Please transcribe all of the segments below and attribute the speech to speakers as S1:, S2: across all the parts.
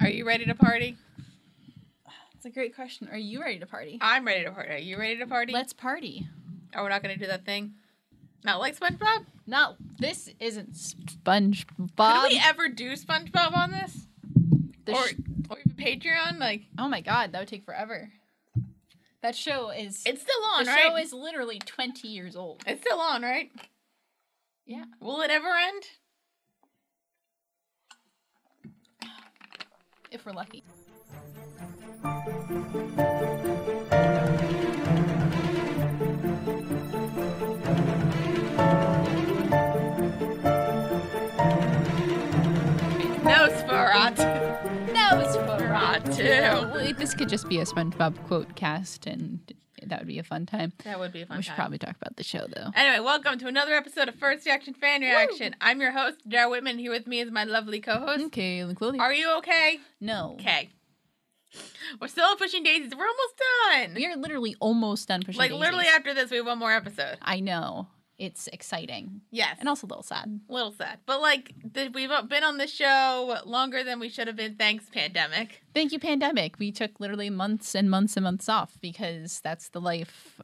S1: Are you ready to party?
S2: It's a great question. Are you ready to party?
S1: I'm ready to party. Are you ready to party?
S2: Let's party.
S1: Are we not going to do that thing? Not like SpongeBob?
S2: Not this isn't SpongeBob.
S1: Could we ever do SpongeBob on this?
S2: Um, The
S1: or,
S2: sh-
S1: or even Patreon? Like,
S2: oh my god, that would take forever. That show is
S1: it's still
S2: the
S1: on,
S2: show
S1: right?
S2: is literally twenty years old.
S1: it's still on, right?
S2: Yeah.
S1: Will it ever end?
S2: If we're lucky.
S1: No, Sparat.
S2: No, it's
S1: Sparat, too.
S2: Wait, this could just be a SpongeBob quote cast, and that would be a fun time.
S1: That would be a fun
S2: we should
S1: time.
S2: probably talk about the show though.
S1: Anyway, welcome to another episode of First Reaction Fan Reaction. I'm your host, Dara Whitman. Here with me is my lovely co-host.
S2: Okay, Chloe.
S1: Are you okay?
S2: no,
S1: Okay. We're still on pushing daisies. We're almost done.
S2: we are literally almost done pushing.
S1: like literally
S2: Daisies.
S1: after this, we have one more episode.
S2: I know it's exciting
S1: Yes.
S2: and also a little sad.
S1: a little sad, but like the, we've been on the show longer than we should have been. Thanks, pandemic.
S2: Thank you, pandemic. We took literally months and months and months off because that's the life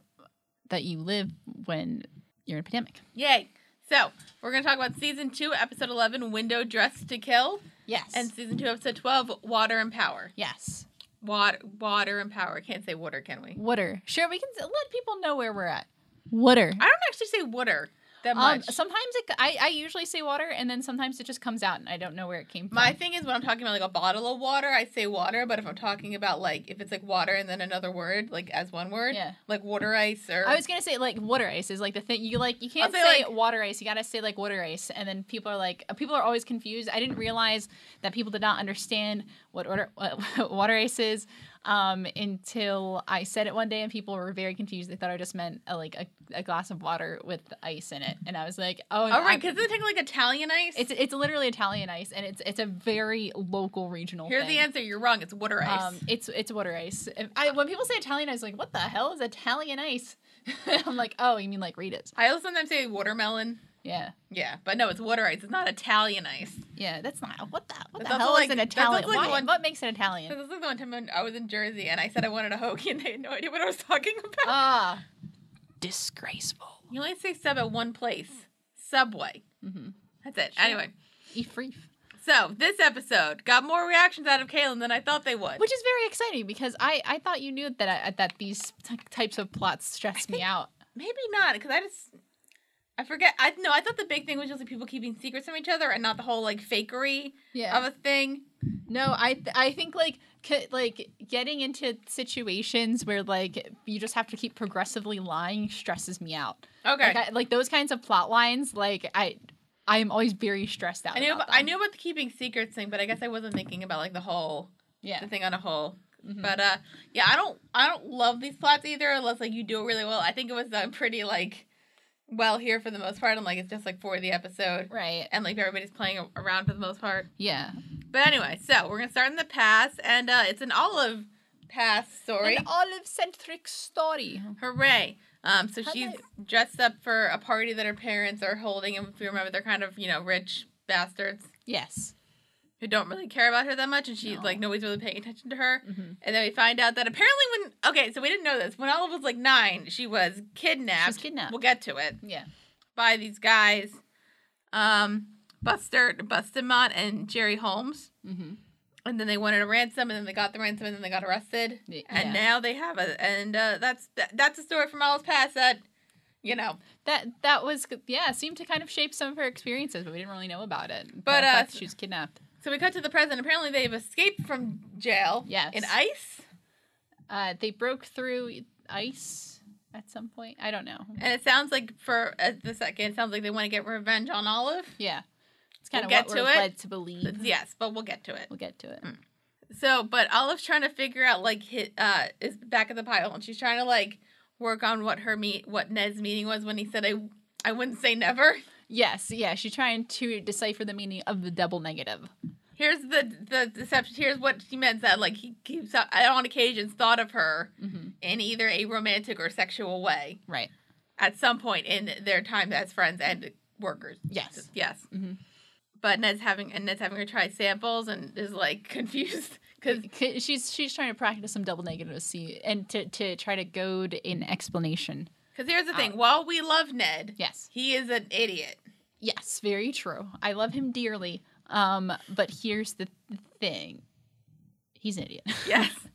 S2: that you live when you're in a pandemic.
S1: Yay! So we're gonna talk about season two, episode eleven, "Window Dress to Kill,"
S2: Yes.
S1: and season two, episode twelve, "Water and Power."
S2: yes.
S1: Water, water and power. Can't say water, can we?
S2: Water. Sure, we can s- let people know where we're at. Water.
S1: I don't actually say water that
S2: Um,
S1: much.
S2: sometimes it, c- I, I usually say water, and then sometimes it just comes out, and I don't know where it came from.
S1: My thing is when I'm talking about like a bottle of water, I say water, but if I'm talking about like if it's like water and then another word, like as one word,
S2: Yeah.
S1: like water ice or
S2: I was gonna say like water ice is like the thing you like you can't
S1: say,
S2: say,
S1: like-
S2: water ice you gotta say like water ice and then people are like uh, people are always confused I didn't realize that people did not understand what order what water ice is um, until I said it one day and people were very confused they thought I just meant a, like a, a glass of water with ice in it and I was like oh
S1: All right,
S2: I'm-
S1: because it's taking like Italian ice.
S2: it's it's literally Italian ice and it's it's a very local regional
S1: Here's
S2: thing.
S1: the answer. You're wrong. It's water ice.
S2: Um, it's it's water ice. If I, when people say Italian ice, like what the hell is Italian ice? I'm like, oh, you mean like Rita's?
S1: I also sometimes say watermelon.
S2: Yeah,
S1: Yeah, but no, it's water ice. It's not Italian ice.
S2: yeah. That's not what the what
S1: That's
S2: the
S1: also
S2: hell
S1: like-
S2: is an
S1: that's
S2: Italian?
S1: also like
S2: Why-
S1: one-
S2: what makes an
S1: So
S2: Italian?
S1: this is the one time when I was in Jersey and I said I wanted a hoagie and they had no idea what I was talking about.
S2: Ah, disgraceful.
S1: you only say sub at one place. Subway.
S2: Mm-hmm.
S1: That's it.
S2: Sure.
S1: Anyway,
S2: Ifreef,
S1: so this episode got more reactions out of Kaylin than I thought they would.
S2: which is very exciting because I I thought you knew that I, that these t- types of plots stress me
S1: think-
S2: out.
S1: Maybe not, because I just I forget. I no, I thought the big thing was just like people keeping secrets from each other and not the whole like fakery
S2: Yeah.
S1: of a thing.
S2: No, I th- I think like c- like getting into situations where like you just have to keep progressively lying stresses me out.
S1: Okay.
S2: Like, I, like those kinds of plot lines, like I I am always very stressed out.
S1: I knew
S2: about
S1: about, I
S2: them.
S1: knew about the keeping secrets thing, but I guess I wasn't thinking about like the whole
S2: Yeah.
S1: the thing on a whole.
S2: Mhm.
S1: But uh yeah, I don't I don't love these plots either unless like you do it really well. I think it was done pretty like well here for the most part. I'm like it's just like for the episode.
S2: Right.
S1: And like everybody's playing a- around for the most part.
S2: Yeah.
S1: But anyway, so we're gonna start in the past and uh it's an olive pass story.
S2: An olive centric story.
S1: Hooray. Um, so
S2: How
S1: she's
S2: about-
S1: dressed up for a party that her parents are holding, and if you remember, they're kind of, you know, rich bastards
S2: Yes.
S1: who don't really care about her that much, and she's
S2: No.
S1: like, nobody's really paying attention to her.
S2: Mhm.
S1: And then we find out that apparently, when okay, so we didn't know this. When Olive was like nine, she was kidnapped.
S2: She was kidnapped.
S1: We'll get to it
S2: Yeah.
S1: by these guys, um, Buster, Bustamont, and Jerry Holmes.
S2: Mhm.
S1: And then they wanted a ransom, and then they got the ransom, and then they got arrested.
S2: Y-
S1: And
S2: yeah.
S1: now they have a, and uh, that's that, that's a story from Olive's past that, you know,
S2: That that was yeah seemed to kind of shape some of her experiences, but we didn't really know about it.
S1: But,
S2: the fact
S1: uh,
S2: that she was kidnapped.
S1: So we cut to the present. Apparently, they've escaped from jail.
S2: Yes.
S1: In ICE,
S2: Uh, they broke through ice at some point. I don't know.
S1: and it sounds like for uh, the second, it sounds like they want to get revenge on Olive.
S2: Yeah. It's kind
S1: We'll
S2: of
S1: get
S2: what
S1: to
S2: we're
S1: it.
S2: led to believe.
S1: Yes, but we'll get to it.
S2: We'll get to it.
S1: So, but Olive's trying to figure out like hit uh is back of the pile, and she's trying to like work on what her meet what Ned's meaning was when he said I I wouldn't say never.
S2: Yes, yeah, she's trying to decipher the meaning of the double negative.
S1: Here's the the deception. Here's what she meant that like he keeps on occasions thought of her
S2: Mm-hmm.
S1: in either a romantic or sexual way
S2: Right.
S1: at some point in their time as friends and workers.
S2: Yes.
S1: Yes.
S2: Mhm.
S1: but Ned's having and Ned's having her try samples and is like confused because
S2: C- She's she's trying to practice some double negatives, see, and to to try to goad an explanation.
S1: because here's the thing. While we love Ned,
S2: Yes,
S1: he is an idiot.
S2: yes, very true. I love him dearly. Um, but here's the th- thing, he's an idiot.
S1: Yes.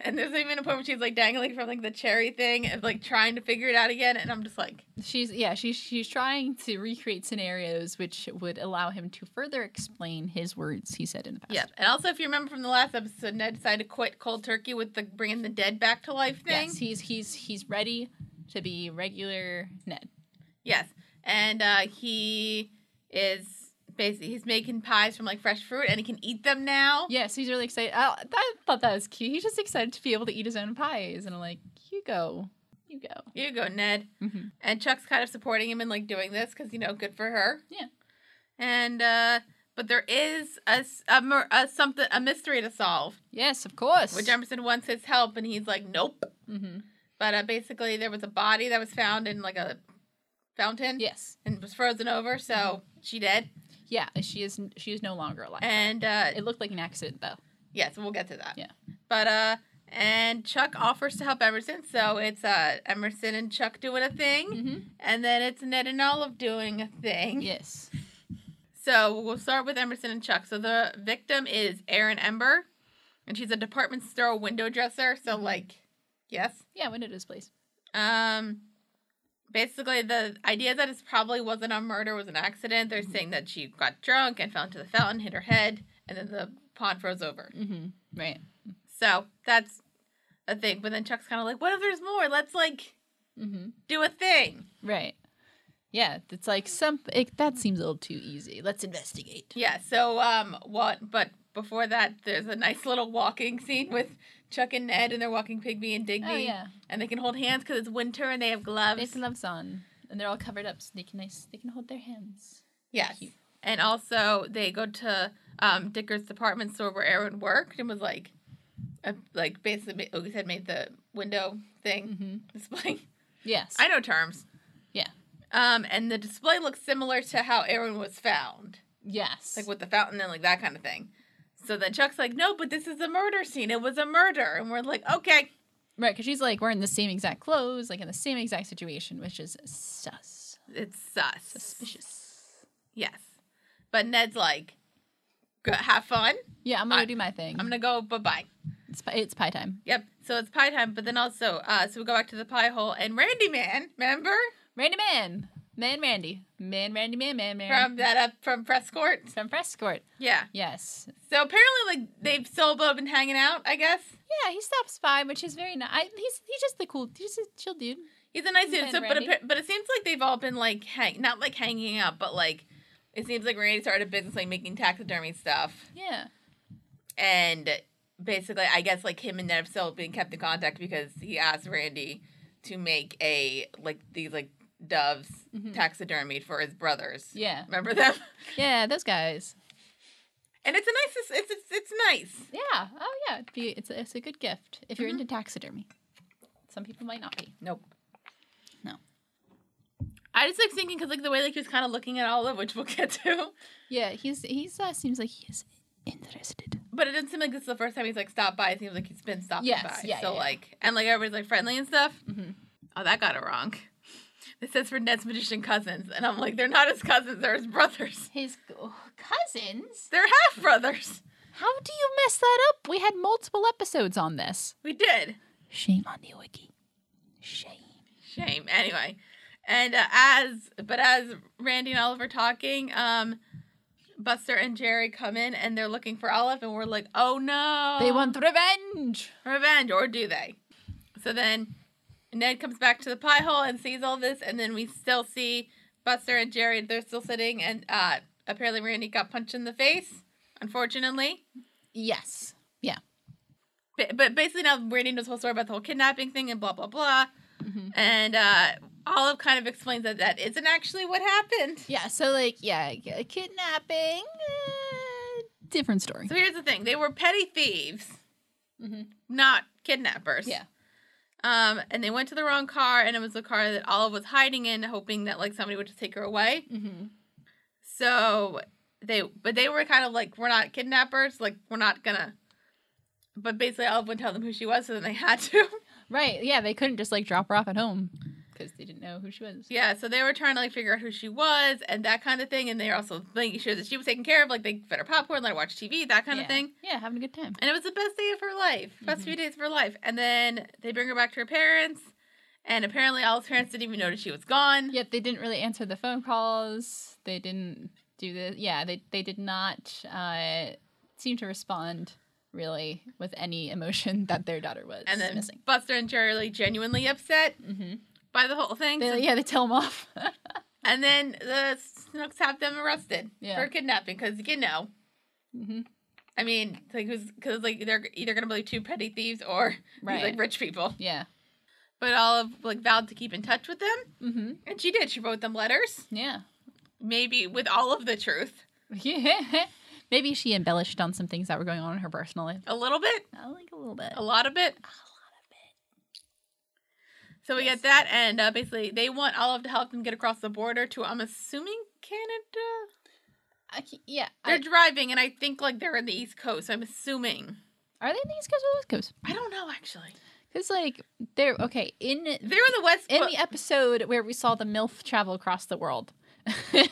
S1: And there's even a point where she's like dangling from like the cherry thing and like trying to figure it out again, and I'm just like,
S2: She's yeah, she's she's trying to recreate scenarios which would allow him to further explain his words he said in the past.
S1: yeah. And also, if you remember from the last episode, Ned decided to quit cold turkey with the bringing the dead back to life thing.
S2: Yes, he's he's he's ready to be regular Ned.
S1: Yes. And uh, he is basically he's making pies from like fresh fruit, and he can eat them now.
S2: Yes, he's really excited. I, I thought that was cute. He's just excited to be able to eat his own pies, and I'm like, you go, you go.
S1: Here you go, Ned.
S2: Mhm.
S1: And Chuck's kind of supporting him in like doing this because you know, good for her.
S2: Yeah.
S1: And uh, but there is a, s- a, mer- a something a mystery to solve.
S2: Yes, of course.
S1: Where Jefferson wants his help, and he's like, nope.
S2: hmm
S1: But uh, basically, there was a body that was found in like a fountain
S2: Yes,
S1: and was frozen over, so
S2: Mm-hmm.
S1: she dead.
S2: yeah. She is she is no longer alive.
S1: And uh,
S2: it looked like an accident though.
S1: yes, we'll get to that.
S2: Yeah.
S1: But uh, and Chuck offers to help Emerson, so it's uh Emerson and Chuck doing a thing,
S2: hmm
S1: and then it's Ned and Olive doing a thing.
S2: Yes.
S1: So we'll start with Emerson and Chuck. So the victim is Erin Ember, and she's a department store window dresser. So
S2: Mm-hmm.
S1: like, yes.
S2: Yeah, when it is, please.
S1: Um, basically, the idea that it probably wasn't a murder was an accident. They're
S2: Mm-hmm.
S1: saying that she got drunk and fell into the fountain, hit her head, and then the pond froze over.
S2: Mm-hmm. Right.
S1: So that's a thing. But then Chuck's kind of like, "What if there's more? Let's like
S2: Mm-hmm.
S1: do a thing."
S2: Right. Yeah, it's like some it, that seems a little too easy. Let's investigate.
S1: Yeah. So um, what? But before that, there's a nice little walking scene with Chuck and Ned, and they're walking Pigby and Digby,
S2: Oh yeah,
S1: and they can hold hands because it's winter and they have gloves.
S2: they have gloves on, and they're all covered up, so they can nice they can hold their hands.
S1: Yes.
S2: Cute.
S1: And also they go to um, Dicker's department store where Aaron worked and was like, uh, like basically, ma- like we said, made the window thing
S2: Mm-hmm.
S1: display.
S2: Yes.
S1: Mm. I know terms.
S2: Yeah.
S1: Um, and the display looks similar to how Aaron was found,
S2: yes.
S1: like with the fountain and like that kind of thing. So then Chuck's like, no, but this is a murder scene. It was a murder. And we're like, okay.
S2: right, because she's like wearing the same exact clothes, like in the same exact situation, which is sus
S1: It's sus.
S2: suspicious.
S1: Yes. But Ned's like, "Go- have fun.
S2: Yeah, I'm gonna
S1: I-
S2: do my thing.
S1: I'm going to go. Bye bye.
S2: it's, pi- it's pie time.
S1: Yep. So it's pie time, but then also, uh, so we go back to the pie hole and Randy Man, remember
S2: Randy Man, Man Randy, Man Randy Man Man Man
S1: from that up from press court?
S2: from Fresh Court.
S1: Yeah.
S2: Yes.
S1: So apparently, like they've still both been hanging out. I guess
S2: Yeah, he stops by, which is very nice. I, he's he's just the cool, he's just a chill dude.
S1: he's a nice dude.
S2: Ben
S1: So, but
S2: Randy.
S1: appa- but it seems like they've all been like hang, not like hanging out, but like it seems like Randy started a business like making taxidermy stuff,
S2: Yeah.
S1: and basically, I guess like him and Ned have still been kept in contact because he asked Randy to make a like these like doves
S2: Mhm.
S1: taxidermy for his brothers.
S2: Yeah.
S1: Remember them?
S2: Yeah, those guys.
S1: And it's a nice. It's it's it's, it's nice.
S2: Yeah. Oh, yeah. It'd be, it's, a, it's a good gift if you're into taxidermy. Some people might not be.
S1: Nope.
S2: No.
S1: I just like thinking because like the way like he was kind of looking at all of which we'll get to,
S2: Yeah, he's he's uh, seems like he is interested.
S1: but it doesn't seem like this is the first time he's like stopped by. It seems like he's been stopping
S2: Yes,
S1: by.
S2: yeah,
S1: so
S2: yeah, yeah.
S1: like and like everybody's like friendly and stuff.
S2: Mhm.
S1: Oh, that got it wrong. It says for Ned's magician cousins, and I'm like, they're not his cousins. They're his brothers.
S2: His g- oh, cousins?
S1: They're half brothers.
S2: How do you mess that up? We had multiple episodes on this.
S1: We did.
S2: Shame on the wiki. Shame.
S1: Shame. Anyway, and uh, as but as Randy and Olive are talking, um, Buster and Jerry come in and they're looking for Olive, and we're like, oh no,
S2: They want revenge.
S1: revenge, or do they? So then Ned comes back to the pie hole and sees all this, and then we still see Buster and Jerry. They're still sitting, and uh, apparently Randy got punched in the face, unfortunately.
S2: Yes. Yeah.
S1: Ba- But basically now Randy knows the whole story about the whole kidnapping thing and blah blah blah.
S2: Mhm.
S1: And uh, Olive kind of explains that that isn't actually what happened.
S2: Yeah. So like, yeah, g- kidnapping. uh, different story.
S1: So here's the thing: they were petty thieves,
S2: Mhm.
S1: not kidnappers.
S2: Yeah.
S1: Um, and they went to the wrong car, and it was the car that Olive was hiding in, hoping that like somebody would just take her away.
S2: Mm-hmm.
S1: So they but they were kind of like we're not kidnappers like we're not gonna but basically Olive would tell them who she was so then they had to
S2: Right. Yeah, they couldn't just like drop her off at home because they didn't know who she was.
S1: yeah so they were trying to like figure out who she was and that kind of thing and they were also making sure that she was taken care of like they fed her popcorn let her watch tv that kind
S2: yeah.
S1: of thing
S2: Yeah, having a good time.
S1: And it was the best day of her life, best few
S2: Mm-hmm.
S1: days of her life. And then they bring her back to her parents, and apparently Olive's parents didn't even notice she was gone.
S2: Yet they didn't really answer the phone calls. They didn't do the yeah. They they did not uh, seem to respond really with any emotion that their daughter was
S1: and then
S2: missing.
S1: Buster and Jerry are like, genuinely upset
S2: Mm-hmm.
S1: by the whole thing.
S2: They, yeah, they tell them off.
S1: And then the Snooks have them arrested
S2: Yeah.
S1: for kidnapping because you know,
S2: hmm
S1: I mean, it's like who's because like they're either gonna believe two petty thieves or these,
S2: Right.
S1: like rich people.
S2: Yeah.
S1: But Olive like vowed to keep in touch with them,
S2: hmm
S1: and she did. She wrote them letters,
S2: Yeah.
S1: maybe with all of the truth,
S2: Yeah. Maybe she embellished on some things that were going on in her personal life.
S1: a little bit,
S2: I Uh, like a little bit.
S1: a lot of it. So we
S2: Yes.
S1: get that, and uh, basically they want Olive to help them get across the border to, I'm assuming Canada.
S2: I ca- yeah.
S1: They're
S2: I-
S1: driving, and I think like they're in the East Coast. So I'm assuming.
S2: are they in the East Coast or the West Coast?
S1: I don't know actually.
S2: Because like they're okay in
S1: They're in the West.
S2: in
S1: Coast.
S2: the episode where we saw the MILF travel across the world,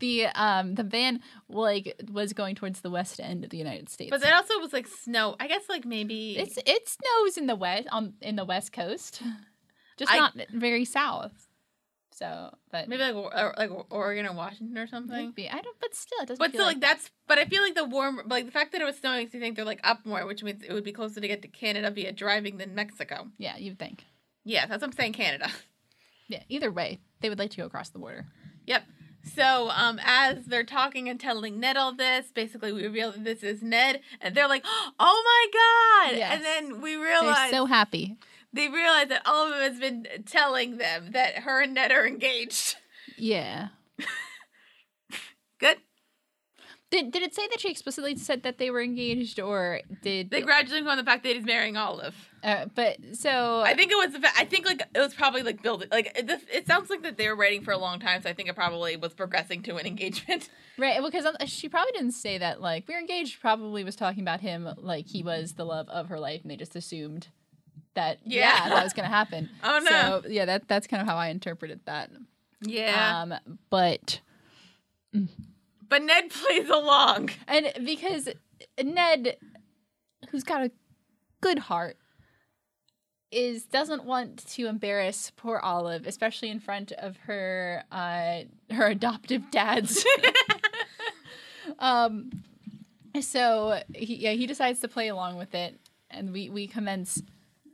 S2: the um the van like was going towards the west end of the United States.
S1: but that also was like snow. I guess like maybe
S2: it's it snows in the west on in the west coast, just
S1: I-
S2: not very south. So, but
S1: maybe like or, like Oregon or Washington or something.
S2: maybe I don't. But still, it doesn't.
S1: But
S2: feel
S1: still, Mm-hmm. like, that's. But I feel like the warm, like the fact that it was snowing makes me think they're like up more, which means it would be closer to get to Canada via driving than Mexico.
S2: yeah, you'd think.
S1: Yeah, that's what I'm saying, Canada.
S2: Yeah. Either way, they would like to go across the border.
S1: Yep. So, um, as they're talking and telling Ned all this, basically we reveal that this is Ned, and they're like, "Oh my god!"
S2: Yes.
S1: And then we
S2: They're
S1: realize
S2: so happy.
S1: they realize that Olive has been telling them that her and Ned are engaged.
S2: Yeah.
S1: Good.
S2: Did, did it say that she explicitly said that they were engaged, or did
S1: They gradually go on the fact that he's marrying Olive.
S2: Uh, but so
S1: I think it was. the fa- I think like it was probably like building. Like it, this- it sounds like that they were waiting for a long time, so I think it probably was progressing to an engagement.
S2: Right, because she probably didn't say that. Like, we're engaged. Probably was talking about him, like he was the love of her life, and they just assumed that yeah,
S1: Yeah.
S2: that was gonna happen.
S1: Oh, no.
S2: So yeah, that that's kind of how I interpreted that.
S1: Yeah.
S2: Um, but
S1: Uh, but Ned plays along.
S2: and because Ned, who's got a good heart, is doesn't want to embarrass poor Olive, especially in front of her uh, her adoptive dads. um, so he, yeah, he decides to play along with it, and we we commence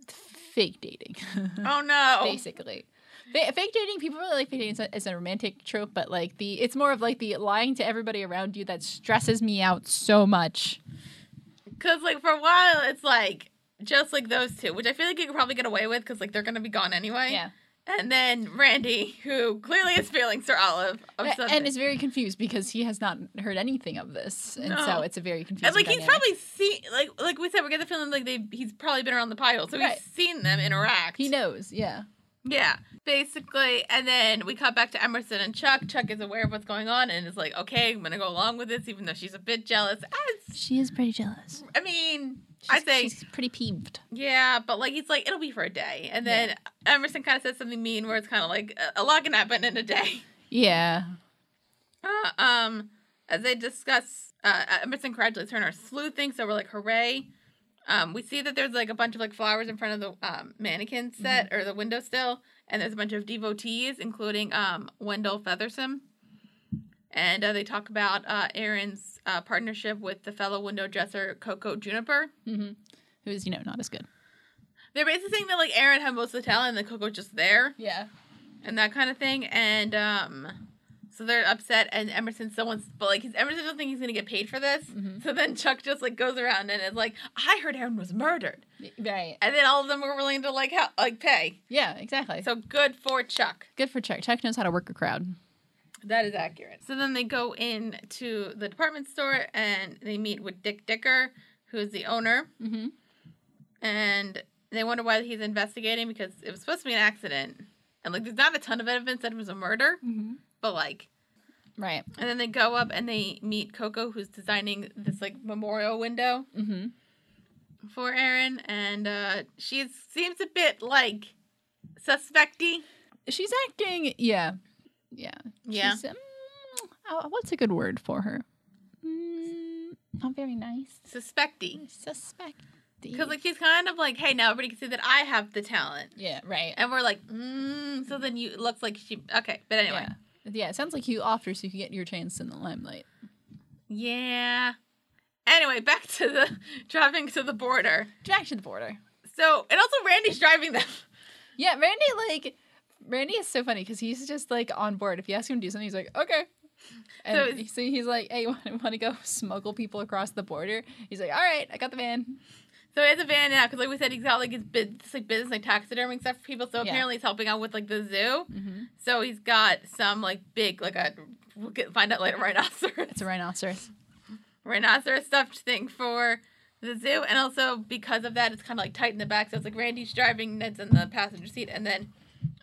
S2: fake dating,
S1: Oh no.
S2: basically. Fa- Fake dating, people really like fake dating as a- as a romantic trope, but like the, it's more of like the lying to everybody around you that stresses me out so much.
S1: Because, like, for a while, it's like just like those two, which I feel like you could probably get away with because, like, they're going to be gone anyway.
S2: Yeah,
S1: And then Randy, who clearly is feeling Sir Olive of
S2: A-
S1: something.
S2: and is very confused because he has not heard anything of this, and
S1: No.
S2: so it's a very confusing.
S1: And, like he's
S2: dynamic.
S1: probably seen, like like we said, we get the feeling like they he's probably been around the pile, so
S2: Right.
S1: he's seen them interact.
S2: he knows, yeah,
S1: Yeah, basically. And then we cut back to Emerson and Chuck. Chuck is aware of what's going on and is like, okay, I'm gonna go along with this, even though she's a bit jealous. As
S2: she is pretty jealous.
S1: I mean,
S2: She's,
S1: I think
S2: she's pretty peeved.
S1: Yeah, but like he's like it'll be for a day, and then Emerson kind of says something mean where it's kind of like a- a lot can happen in a day.
S2: Yeah,
S1: Uh, um, as they discuss, uh, Emerson congratulates her on her sleuthing, so we're like hooray. Um, we see that there's like a bunch of like flowers in front of the um, mannequin set or the window sill, and there's a bunch of devotees, including um, Wendell Feathersome. And uh, they talk about uh, Aaron's uh, partnership with the fellow window dresser Coco Juniper.
S2: mm-hmm. who is you know not as good.
S1: They're basically saying that like Aaron had most of the talent, and the Coco just there.
S2: Yeah,
S1: and that kind of thing. And um, so they're upset, and Emerson still wants, but like his Emerson doesn't think he's gonna get paid for this.
S2: Mhm.
S1: So then Chuck just like goes around and is like, "I heard Aaron was murdered,"
S2: right.
S1: and then all of them were willing to like help, like pay.
S2: Yeah, exactly. So
S1: So good for Chuck.
S2: good for Chuck. Chuck knows how to work a crowd.
S1: That is accurate. So then they go in to the department store and they meet with Dick Dicker, who is the owner,
S2: Mm-hmm.
S1: and they wonder why he's investigating because it was supposed to be an accident. And like, there's not a ton of evidence that it was a murder,
S2: Mm-hmm.
S1: but like,
S2: Right.
S1: And then they go up and they meet Coco, who's designing this like memorial window
S2: Mm-hmm.
S1: for Aaron, and uh, she seems a bit like suspecty.
S2: She's acting. Yeah. Yeah.
S1: Yeah,
S2: She's, um, oh, what's a good word for her? Mm, not very nice.
S1: suspecty.
S2: Suspect.
S1: Because like she's kind of like, hey, now everybody can see that I have the talent,
S2: yeah. Right.
S1: and we're like, mm, so then you it looks like she. Okay, but anyway,
S2: Yeah. Yeah. It sounds like you offer so you can get your chance in the limelight.
S1: yeah. Anyway, back to the driving to the border.
S2: Back to the border.
S1: So and also Randy's driving them.
S2: Yeah, Randy like Randy is so funny because he's just like on board. If you ask him to do something, he's like, okay.
S1: So
S2: And
S1: it's-
S2: so he's like, hey, want to go smuggle people across the border? He's like, all right, I got the van.
S1: So he has a van now because, like we said, he's got like his bid, this, like business like taxidermy stuff for people. So
S2: Yeah.
S1: apparently he's helping out with like the zoo.
S2: Mhm.
S1: So he's got some like big like a we'll get, find out later rhinoceros
S2: It's a rhinoceros.
S1: rhinoceros stuffed thing for the zoo, and also because of that, it's kind of like tight in the back. So it's like Randy's driving, Ned's in the passenger seat, and then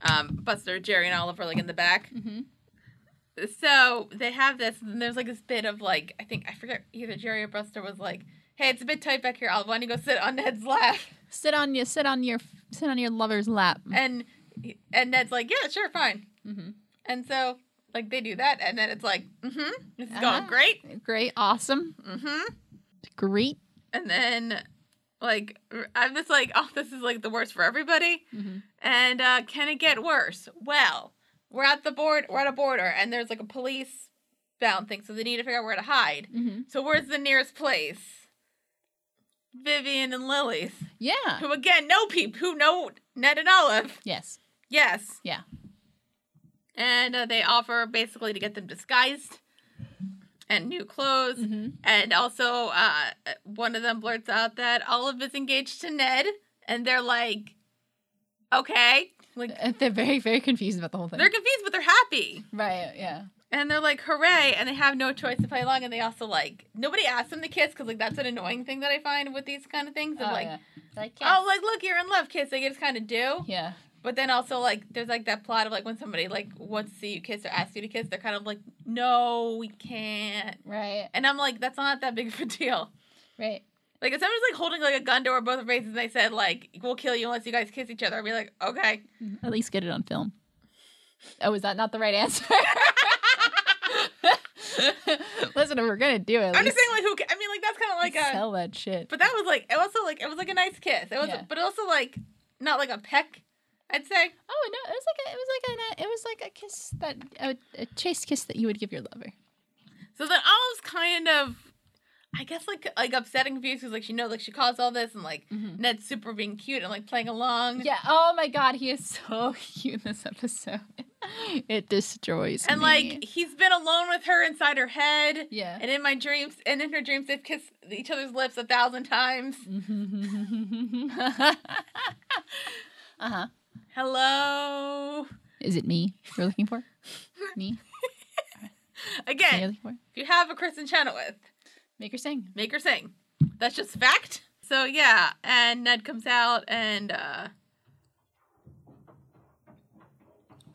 S1: um, Buster, Jerry, and Oliver like in the back.
S2: Mhm.
S1: So they have this, and there's like this bit of like I think I forget either Jerry or Buster was like, "Hey, it's a bit tight back here, Oliver. Why don't you go sit on Ned's lap?"
S2: Sit on your sit on your sit on your lover's lap.
S1: and and Ned's like, yeah, sure, fine.
S2: Mhm.
S1: And so like they do that, and then it's like, mm-hmm, this is
S2: Uh-huh.
S1: going great,
S2: Great, awesome,
S1: mm-hmm.
S2: great.
S1: And then like I'm just like, oh, this is like the worst for everybody.
S2: Mhm.
S1: And uh, can it get worse? Well, we're at the board, we're at a border, and there's like a police bound thing, so they need to figure out where to hide.
S2: Mhm.
S1: So where's the nearest place? Vivian and Lily's,
S2: Yeah.
S1: who again know peep, who know Ned and Olive.
S2: Yes.
S1: Yes.
S2: Yeah.
S1: And uh, they offer basically to get them disguised and new clothes.
S2: Mhm.
S1: And also, uh, one of them blurts out that Olive is engaged to Ned, and they're like, okay. Like,
S2: Uh, They're very very confused about the whole thing.
S1: they're confused, but they're happy.
S2: right. Yeah.
S1: And they're like, hooray. And they have no choice to play along. And they also, like, nobody asks them to kiss because, like, that's an annoying thing that I find with these kind of things. Of,
S2: Oh,
S1: like,
S2: yeah. Like
S1: oh, like, look, you're in love, kiss. They just kind of do.
S2: yeah.
S1: But then also like there's like that plot of like when somebody like wants to see you kiss or asks you to kiss, they're kind of like, No, we can't.
S2: Right.
S1: And I'm like, that's not that big of a deal.
S2: Right.
S1: Like if someone's like holding like a gun to our both faces and they said like we'll kill you unless you guys kiss each other, I'd be like, Okay.
S2: At least get it on film. Mm-hmm. Oh, is that not the right answer? Listen, if we're gonna do it,
S1: I'm just saying like who ca- I mean like that's kinda like a
S2: sell that shit.
S1: but that was like it also like it was like a nice kiss. It was
S2: Yeah.
S1: but also like not like a peck, I'd say.
S2: Oh no, it was like a, it was like a, it was like a kiss that a, a chaste kiss that you would give your lover.
S1: So then Olive's kind of, I guess, like like upset and confused because like she knows like she caused all this and like
S2: Mhm.
S1: Ned's super being cute and like playing along.
S2: Yeah. Oh my god, he is so cute in this episode. it destroys
S1: And
S2: me.
S1: like he's been alone with her inside her head.
S2: yeah.
S1: And in my dreams, and in her dreams, they've kissed each other's lips a thousand times.
S2: Mm. uh
S1: Uh-huh.
S2: huh.
S1: Hello.
S2: Is it me you're looking for? Me?
S1: Again,
S2: You're looking for?
S1: if you have a Kristen Chenoweth,
S2: Make her sing.
S1: make her sing. That's just fact. So yeah, and Ned comes out and uh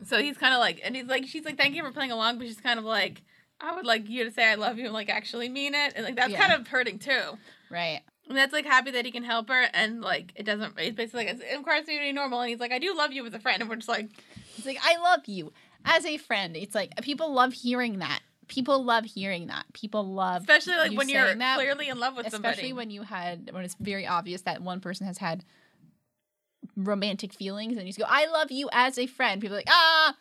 S1: So he's kinda like and he's like she's like, Thank you for playing along, but she's kind of like, I would like you to say I love you and like actually mean it and like that's
S2: Yeah.
S1: kind of hurting too.
S2: Right.
S1: And that's like happy that he can help her and like it doesn't it's basically like it requires me to be normal and he's like, I do love you as a friend and we're just like
S2: It's like, I love you as a friend. It's like, people love hearing that. People love hearing that. People love,
S1: especially like
S2: You
S1: when you're
S2: saying that,
S1: clearly in love with
S2: especially
S1: somebody.
S2: when you had, when it's very obvious that one person has had romantic feelings and you just go, I love you as a friend. People are like, ah,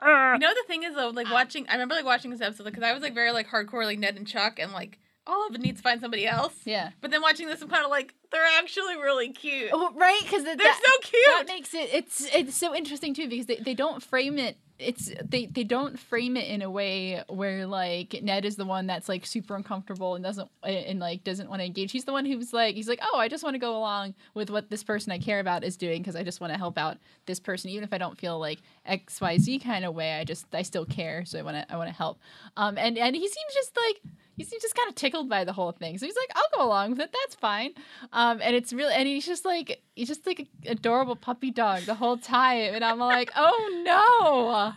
S2: ah.
S1: You know the thing is though, like watching. I remember like watching this episode because I was like very like hardcore like Ned and Chuck and like all of it needs to find somebody else.
S2: Yeah.
S1: But then watching this, I'm kind of like they're actually really cute.
S2: Oh, right? Because
S1: they're so cute.
S2: that makes it it's it's so interesting too because they, they don't frame it it's they they don't frame it in a way where like Ned is the one that's like super uncomfortable and doesn't and, and, like doesn't want to engage. He's the one who's like he's like oh I just want to go along with what this person I care about is doing because I just want to help out this person even if I don't feel like X Y Z kind of way I just I still care so I want to I want to help. Um and and he seems just like he seems just kind of tickled by the whole thing. So he's like, I'll go along with it. That's fine. Um, and it's really, and he's just like, he's just like an adorable puppy dog the whole time. And I'm like, oh no.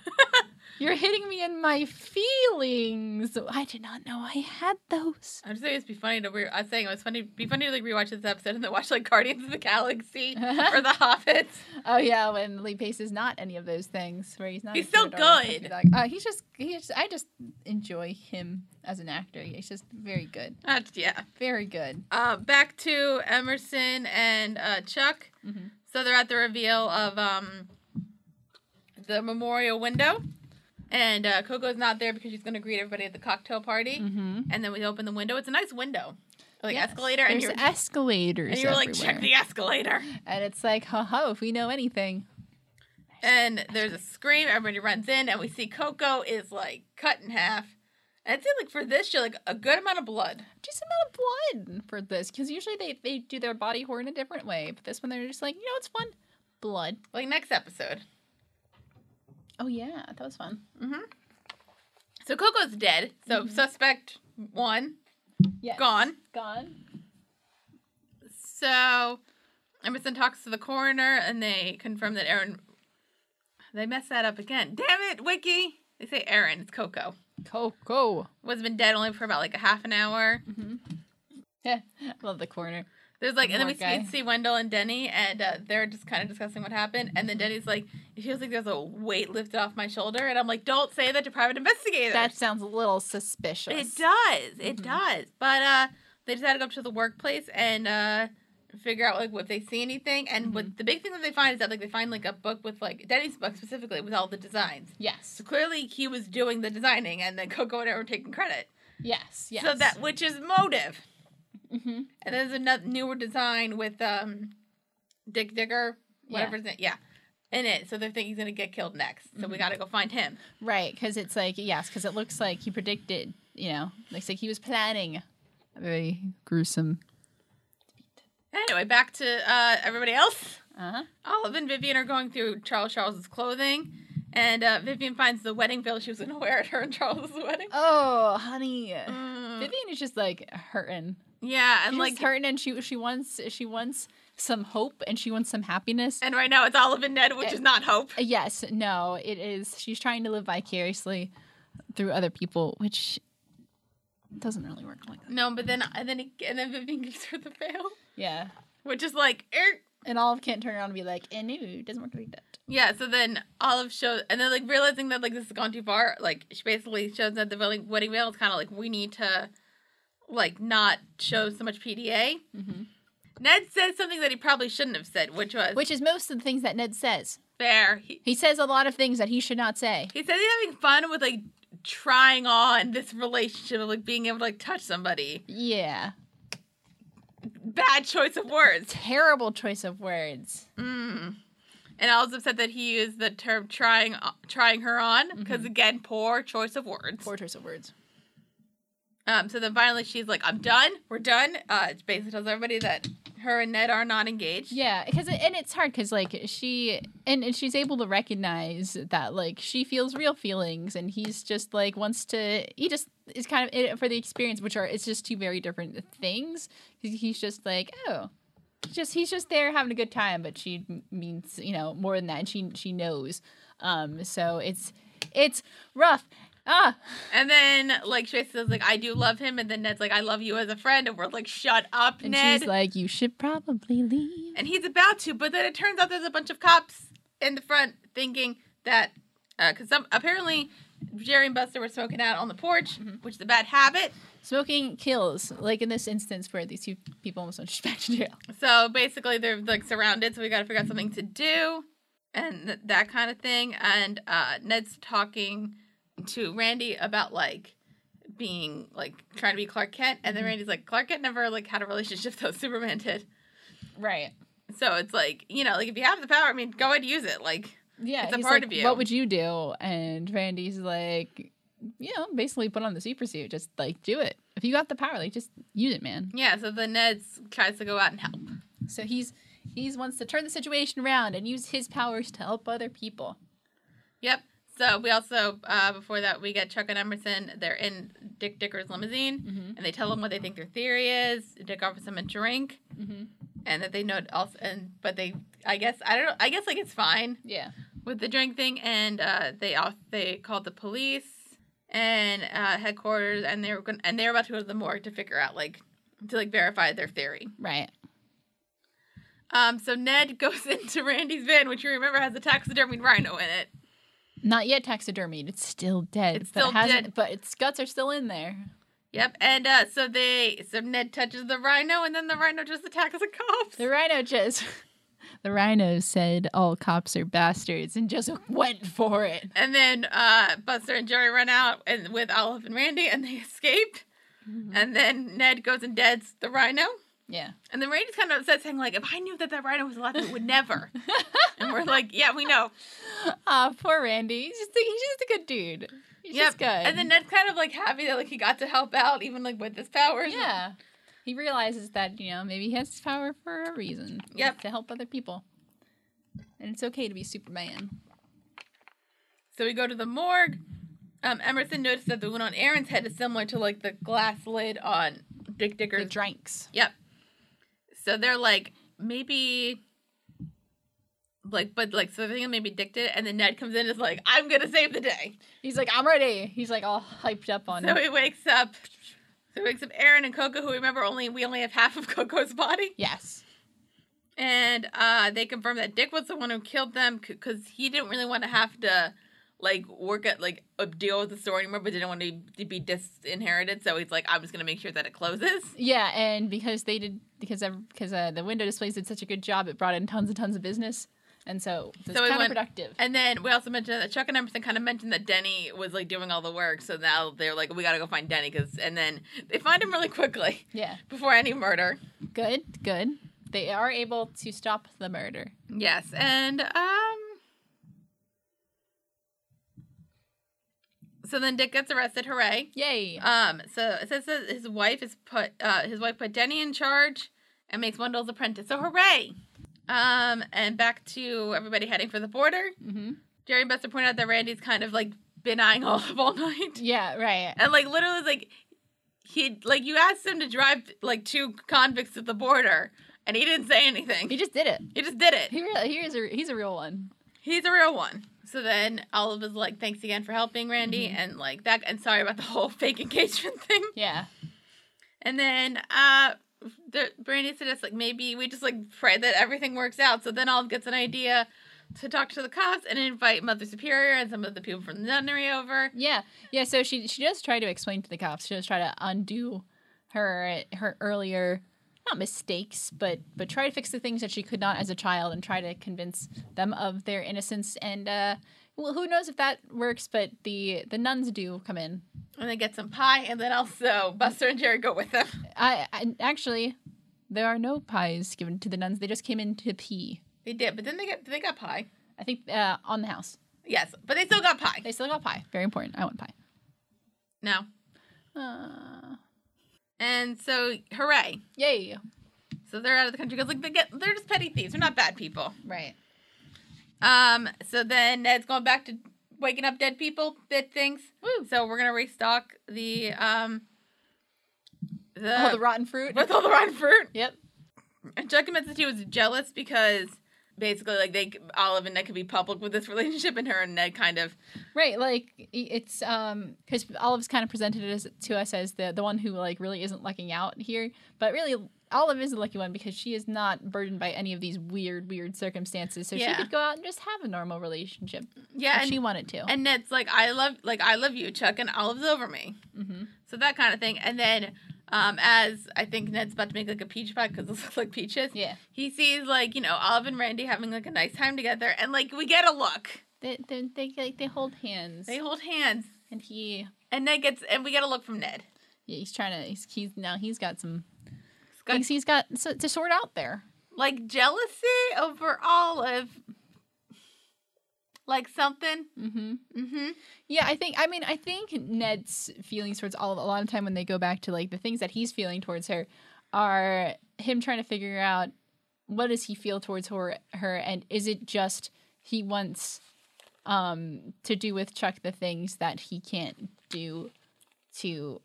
S2: You're hitting me in my feelings. I did not know I had those.
S1: I'm just saying it'd be funny to re- I was saying it was funny be funny to like rewatch this episode and then watch like Guardians of the Galaxy or the Hobbits.
S2: Oh yeah, when Lee Pace is not any of those things, where he's not.
S1: He's
S2: a
S1: still
S2: kid or a
S1: good.
S2: puppy dog. Uh, he's just. He's. I just enjoy him as an actor. He's just very good.
S1: That's yeah.
S2: Very good.
S1: Uh, back to Emerson and uh, Chuck.
S2: Mhm.
S1: So they're at the reveal of um, the memorial window, and uh, Coco's not there because she's going to greet everybody at the cocktail party.
S2: Mm-hmm.
S1: And then we open the window. It's a nice window, like escalator, and
S2: There's
S1: you're
S2: escalators.
S1: and you're like check
S2: everywhere.
S1: the escalator.
S2: And it's like, ho ho, if we know anything.
S1: And there's a scream. Everybody runs in, and we see Coco is like cut in half. And I'd say like for this, she like a good amount of blood.
S2: Just amount of blood for this, because usually they, they do their body horror in a different way. But this one, they're just like, you know what's fun? Blood.
S1: Like next episode.
S2: Oh, yeah, that was fun.
S1: So Coco's dead. So
S2: Mm-hmm.
S1: suspect one
S2: Yes.
S1: gone.
S2: Gone.
S1: So Emerson talks to the coroner and they confirm that Aaron. They messed that up again. Damn it, Wiki! They say Aaron, it's Coco.
S2: Coco.
S1: Was been dead only for about like a half an hour.
S2: Yeah, love the corner.
S1: There's like, and then we
S2: Poor guy.
S1: see, see Wendell and Denny, and uh, they're just kind of discussing what happened. And then Denny's like, it feels like there's a weight lifted off my shoulder. And I'm like, don't say that to private investigators.
S2: That sounds a little suspicious.
S1: It does. It does. But uh they decided to go up to the workplace and uh figure out like if they see anything. And what the big thing that they find is that like they find like a book with like Denny's book specifically with all the designs.
S2: Yes.
S1: So clearly he was doing the designing and then Coco and I were taking credit.
S2: Yes. Yes.
S1: So that which is motive.
S2: hmm
S1: And there's another newer design with um Dick Digger, whatever his name yeah. In it. So they're thinking he's gonna get killed next. So we gotta go find him.
S2: Right, because it's like yes, because it looks like he predicted. You know, looks like he was planning. a Very gruesome.
S1: Anyway, back to uh everybody else.
S2: Uh huh.
S1: Olive and Vivian are going through Charles Charles's clothing, and uh, Vivian finds the wedding veil she was going to wear at her and Charles's wedding.
S2: Oh, honey.
S1: Mm.
S2: Vivian is just like hurting.
S1: Yeah, and
S2: She's
S1: like,
S2: like hurting, and she she wants she wants some hope, and she wants some happiness.
S1: and right now it's Olive and Ned, which
S2: Eh.
S1: is not hope.
S2: Uh, yes, no, it is. She's trying to live vicariously through other people, which doesn't really work like that.
S1: No, but then and then he, and then Vivian gives her the veil,
S2: Yeah,
S1: which is like, er.
S2: and Olive can't turn around and be like, "And no, it doesn't work like that."
S1: yeah. So then Olive shows, and then like realizing that like this has gone too far, like she basically shows that the wedding wedding veil is kind of like we need to, like not show so much PDA.
S2: Mhm.
S1: Ned says something that he probably shouldn't have said, which was
S2: Which is most of the things that Ned says.
S1: fair. He,
S2: He says a lot of things that he should not say.
S1: He said he's having fun with like trying on this relationship of like being able to like touch somebody.
S2: Yeah.
S1: Bad choice of words.
S2: Terrible choice of words.
S1: Mm. And I was upset that he used the term trying uh, trying her on because again, poor choice of words.
S2: Mm-hmm. Poor choice of words.
S1: Um. So then finally, she's like, "I'm done. We're done." Uh. it Basically, tells everybody that her and Ned are not engaged.
S2: Yeah, because and it's hard because like she and, and she's able to recognize that like she feels real feelings and he's just like wants to he just is kind of in it for the experience which are it's just two very different things. He's he's just like oh, he's just he's just there having a good time, but she m- means you know more than that and she she knows. Um, so it's it's rough. Ah,
S1: And then like Trace says like, "I do love him," and then Ned's like, "I love you as a friend," and we're like, "Shut up,
S2: and
S1: Ned."
S2: she's like you should probably leave.
S1: and he's about to, but then it turns out there's a bunch of cops in the front thinking that because some apparently Jerry and Buster were smoking out on the porch, which is a bad habit.
S2: Smoking kills, like in this instance where these two people almost went back to jail.
S1: So basically, they're like surrounded, so we got to figure out something to do, and th- that kind of thing. And uh, Ned's talking to Randy about like being like trying to be Clark Kent, and then Randy's like, Clark Kent never like had a relationship though Superman did.
S2: Right.
S1: So it's like you know, like if you have the power, I mean, go ahead and use it. Like
S2: Yeah.
S1: It's a
S2: he's
S1: part
S2: like,
S1: of you.
S2: What would you do? And Randy's like, you know, basically put on the super suit. Just like do it. If you got the power, like just use it, man.
S1: yeah. So then Ned tries to go out and help.
S2: So he's he's wants to turn the situation around and use his powers to help other people.
S1: Yep. So we also uh, before that we get Chuck and Emerson. They're in Dick Dicker's limousine,
S2: Mhm.
S1: and they tell him what they think their theory is. Dick offers them a drink,
S2: Mhm.
S1: and that they know it also. And but they, I guess I don't know. I guess like it's fine,
S2: Yeah.
S1: with the drink thing, and uh, they off they called the police and uh, headquarters, and they were going and they were about to go to the morgue to figure out like to like verify their theory.
S2: Right.
S1: Um, so Ned goes into Randy's van, which you remember has a taxidermied rhino in it.
S2: Not yet taxidermied. It's still dead.
S1: It's
S2: but
S1: still
S2: it hasn't,
S1: dead.
S2: But its guts are still in there.
S1: Yep, and uh, so they so Ned touches the rhino, and then the rhino just attacks the cops.
S2: The rhino just. The rhino said all cops are bastards and just went for it.
S1: And then uh, Buster and Jerry run out and with Olive and Randy, and they escape. And then Ned goes and deads the rhino.
S2: Yeah.
S1: And then Randy's kind of upset, saying like, "If I knew that that rhino was alive, it would never." and we're like, "Yeah, we know."
S2: Ah, poor Randy. He's just, he's just a good dude. He's
S1: Yep.
S2: just good.
S1: And then Ned's kind of like happy that like he got to help out, even like with his powers.
S2: Yeah. He realizes that, you know, maybe he has his power for a reason.
S1: Yep.
S2: To help other people. And it's okay to be Superman.
S1: So we go to the morgue. Um, Emerson noticed that the wound on Aaron's head is similar to like the glass lid on Dick
S2: The
S1: Dicker's
S2: drinks.
S1: Yep. So they're like, maybe like but like so they're maybe addicted and then Ned comes in and is like, I'm gonna save the day.
S2: He's like, I'm ready. He's like all hyped up on
S1: So he wakes up so he wakes up Aaron and Coco, who remember only we only have half of Coco's body.
S2: Yes.
S1: And uh they confirm that Dick was the one who killed them because he didn't really want to have to like work at like uh, deal with the story anymore, but didn't want to be, to be disinherited. So he's like, I'm just gonna make sure that it closes.
S2: Yeah, and because they did because ev- because uh, the window displays did such a good job, it brought in tons and tons of business, and so it's
S1: So it went-
S2: counterproductive.
S1: And then we also mentioned that Chuck and Emerson kind of mentioned that Denny was like doing all the work, so now they're like, we gotta go find Denny, because and then they find him really quickly
S2: yeah,
S1: before any murder.
S2: good, good. They are able to stop the murder.
S1: Yes, and um, so then Dick gets arrested. Hooray!
S2: Yay!
S1: Um, so it says that his wife is put uh, his wife put Denny in charge and makes Wendell's apprentice. So hooray! Um, and back to everybody heading for the border.
S2: hmm
S1: Jerry and Buster point out that Randy's kind of like been eyeing Olive all night.
S2: Yeah, right.
S1: And like literally like he like you asked him to drive like two convicts to the border and he didn't say anything.
S2: He just did it.
S1: He just did it.
S2: He really, he is a he's a real one.
S1: He's a real one. So then Olive is like, thanks again for helping Randy and like that and sorry about the whole fake engagement thing.
S2: Yeah,
S1: And then uh the Brandy suggests like maybe we just like pray that everything works out. So then Olive gets an idea to talk to the cops and invite Mother Superior and some of the people from the nunnery over.
S2: yeah, yeah. So she she does try to explain to the cops. She does try to undo her her earlier not mistakes, but but try to fix the things that she could not as a child, and try to convince them of their innocence. And uh, well, who knows if that works? But the the nuns do come in.
S1: And they get some pie and then also Buster and Jerry go with them.
S2: I, I actually there are no pies given to the nuns. They just came in to pee.
S1: They did, but then they get they got pie.
S2: I think uh, on the house
S1: Yes, but they still got pie.
S2: they still got pie. Very important. I want pie.
S1: No.
S2: Uh,
S1: And so, hooray.
S2: yay!
S1: So they're out of the country because like they get they're just petty thieves. They're not bad people.
S2: Right.
S1: Um. So then Ned's going back to waking up dead people, dead things.
S2: Woo.
S1: So we're gonna restock the um. The,
S2: All the rotten fruit.
S1: with all the rotten fruit.
S2: Yep.
S1: And Chuck admits that he was jealous because basically like they Olive and Ned could be public with this relationship, and her and Ned kind of
S2: Right, like i- it's um because Olive's kind of presented it as, to us as the the one who like really isn't lucking out here, but really Olive is the lucky one because she is not burdened by any of these weird weird circumstances, so
S1: Yeah.
S2: she could go out and just have a normal relationship
S1: yeah.
S2: if
S1: And,
S2: she wanted to.
S1: and Ned's like I love like I love you, Chuck, and Olive's over me.
S2: mm-hmm.
S1: So that kind of thing. And then um, as I think Ned's about to make like a peach pie because this looks like peaches,
S2: Yeah,
S1: he sees like, you know, Olive and Randy having like a nice time together. And like we get a look.
S2: they they they, like, they hold hands,
S1: They hold hands.
S2: and he
S1: And Ned gets, and we get a look from Ned.
S2: yeah, he's trying to he's, he's now he's got some
S1: He's got,
S2: things he's got so, to sort out there.
S1: like jealousy over Olive. Like something.
S2: Mm-hmm.
S1: Mm-hmm.
S2: Yeah, I think I mean I think Ned's feelings towards all a lot of time when they go back to like the things that he's feeling towards her are him trying to figure out what does he feel towards her her and is it just he wants um to do with Chuck the things that he can't do to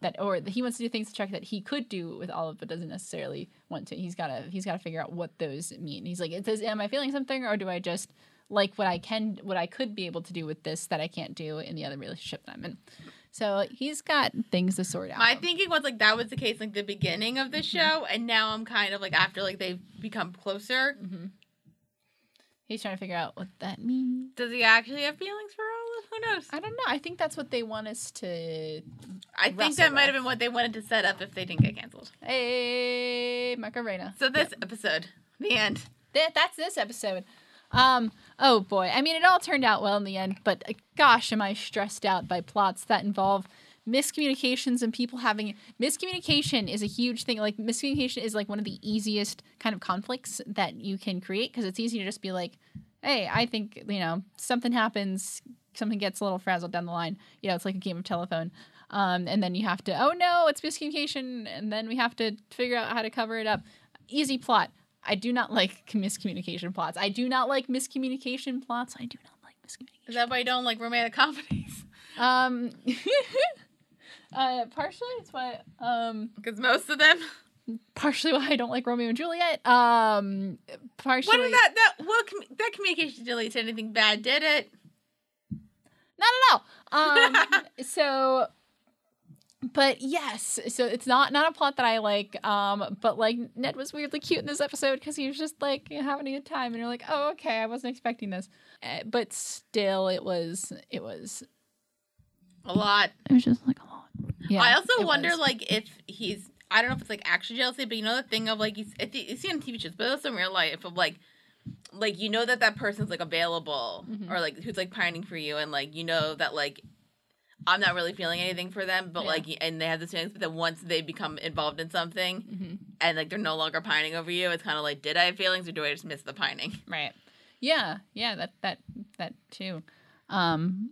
S2: that or he wants to do things to Chuck that he could do with Olive but doesn't necessarily want to. He's gotta he's gotta figure out what those mean. He's like, it says am I feeling something or do I just like what I can, what I could be able to do with this that I can't do in the other relationship that I'm in. So he's got things to sort out.
S1: My thinking was like that was the case like the beginning of the show, and now I'm kind of like after like they've become closer.
S2: he's trying to figure out what that means.
S1: Does he actually have feelings for Olive? Who knows?
S2: I don't know. I think that's what they want us to.
S1: I think
S2: Wrestle
S1: that might have
S2: with.
S1: been what they wanted to set up if they didn't get canceled.
S2: Hey, Macarena.
S1: So this episode, the end.
S2: Th- that's this episode. Um, oh boy. I mean, it all turned out well in the end, but uh, gosh, am I stressed out by plots that involve miscommunications and people having miscommunication is a huge thing. Like miscommunication is like one of the easiest kind of conflicts that you can create because it's easy to just be like, "Hey, I think, you know, something happens, something gets a little frazzled down the line." You know, it's like a game of telephone. Um, and then you have to, "Oh no, it's miscommunication," and then we have to figure out how to cover it up. Easy plot. I do not like miscommunication plots. I do not like miscommunication plots. I do not like miscommunication.
S1: Is that why you don't like romantic comedies?
S2: Um, uh, partially it's why. Um,
S1: Because most of them.
S2: partially why I don't like Romeo and Juliet. Um, partially
S1: What did that that well com- that communication didn't lead to anything bad, did it?
S2: not at all. Um, so, but yes, so it's not not a plot that I like. Um, but like Ned was weirdly cute in this episode because he was just like having a good time, and you're like, oh okay, I wasn't expecting this. Uh, but still, it was it was
S1: A lot.
S2: it was just like a lot. Yeah,
S1: I also
S2: it
S1: wonder,
S2: was.
S1: like, if he's. I don't know if it's like actual jealousy, but you know the thing of like you, s- I thi- you see on TV shows, but also in real life of like, like you know that that person's like available
S2: Mhm.
S1: or like who's like pining for you, and like you know that like I'm not really feeling anything for them, but
S2: Yeah.
S1: like y- and they have this feelings, but then once they become involved in something
S2: Mhm.
S1: and like they're no longer pining over you, it's kind of like did I have feelings or do I just miss the pining?
S2: right, yeah, yeah, that that that too. Um,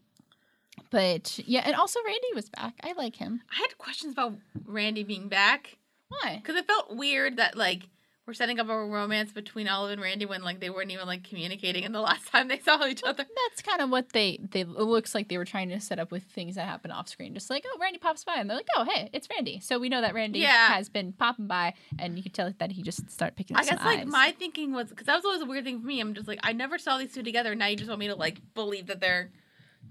S2: but yeah, and also Randy was back. I like him.
S1: I had questions about Randy being back.
S2: Why?
S1: Because it felt weird that like we're setting up a romance between Olive and Randy when like they weren't even like communicating in the last time they saw each other.
S2: That's kind of what they they it looks like they were trying to set up with things that happen off screen. Just like oh, Randy pops by, and they're like oh hey, it's Randy. So we know that Randy
S1: Yeah.
S2: has been popping by, and you could tell that he just started picking.
S1: I
S2: up some
S1: guess like
S2: eyes.
S1: my thinking was because that was always a weird thing for me. I'm just like I never saw these two together. Now you just want me to like believe that they're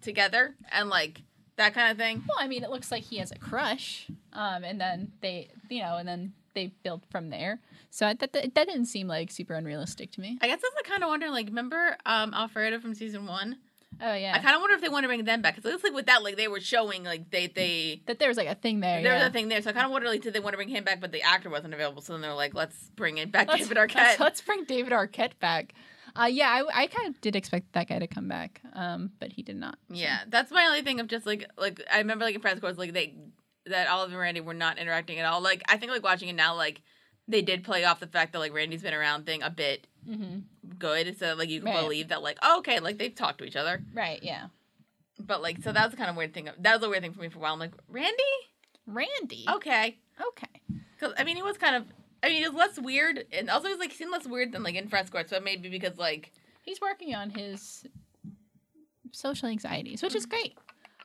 S1: together and like that kind of thing.
S2: Well, I mean, it looks like he has a crush, um, and then they, you know, and then they build from there. So I, that, that that didn't seem like super unrealistic to me.
S1: I guess I was kind of wondering like remember um Alfredo from season one?
S2: Oh
S1: I
S2: yeah,
S1: kind of wonder if they want to bring them back because it looks like with that like they were showing like they they.
S2: that there was like a thing there.
S1: There was
S2: yeah.
S1: a thing there, so I kind of wonder like, did they want to bring him back, but the actor wasn't available, so then they're like, let's bring it back,
S2: Let's,
S1: David Arquette.
S2: Let's, let's bring David Arquette back. Uh, yeah, I, I kind of did expect that guy to come back, um, but he did not. so.
S1: Yeah, that's my only thing of just like like I remember like in Friends Course like they that Olive and Randy were not interacting at all. Like I think like watching it now like they did play off the fact that like Randy's been around thing a bit
S2: Mhm.
S1: good, so like you can
S2: Right.
S1: believe that like oh, okay like they've talked to each other.
S2: Right. Yeah.
S1: But like so that was kind of weird thing. That was a weird thing for me for a while. I'm like Randy
S2: Randy.
S1: okay
S2: Okay.
S1: because I mean he was kind of. I mean, he was less weird, and also he was like seemed less weird than like in Friends Court. So maybe because like
S2: He's working on his social anxieties, which is great.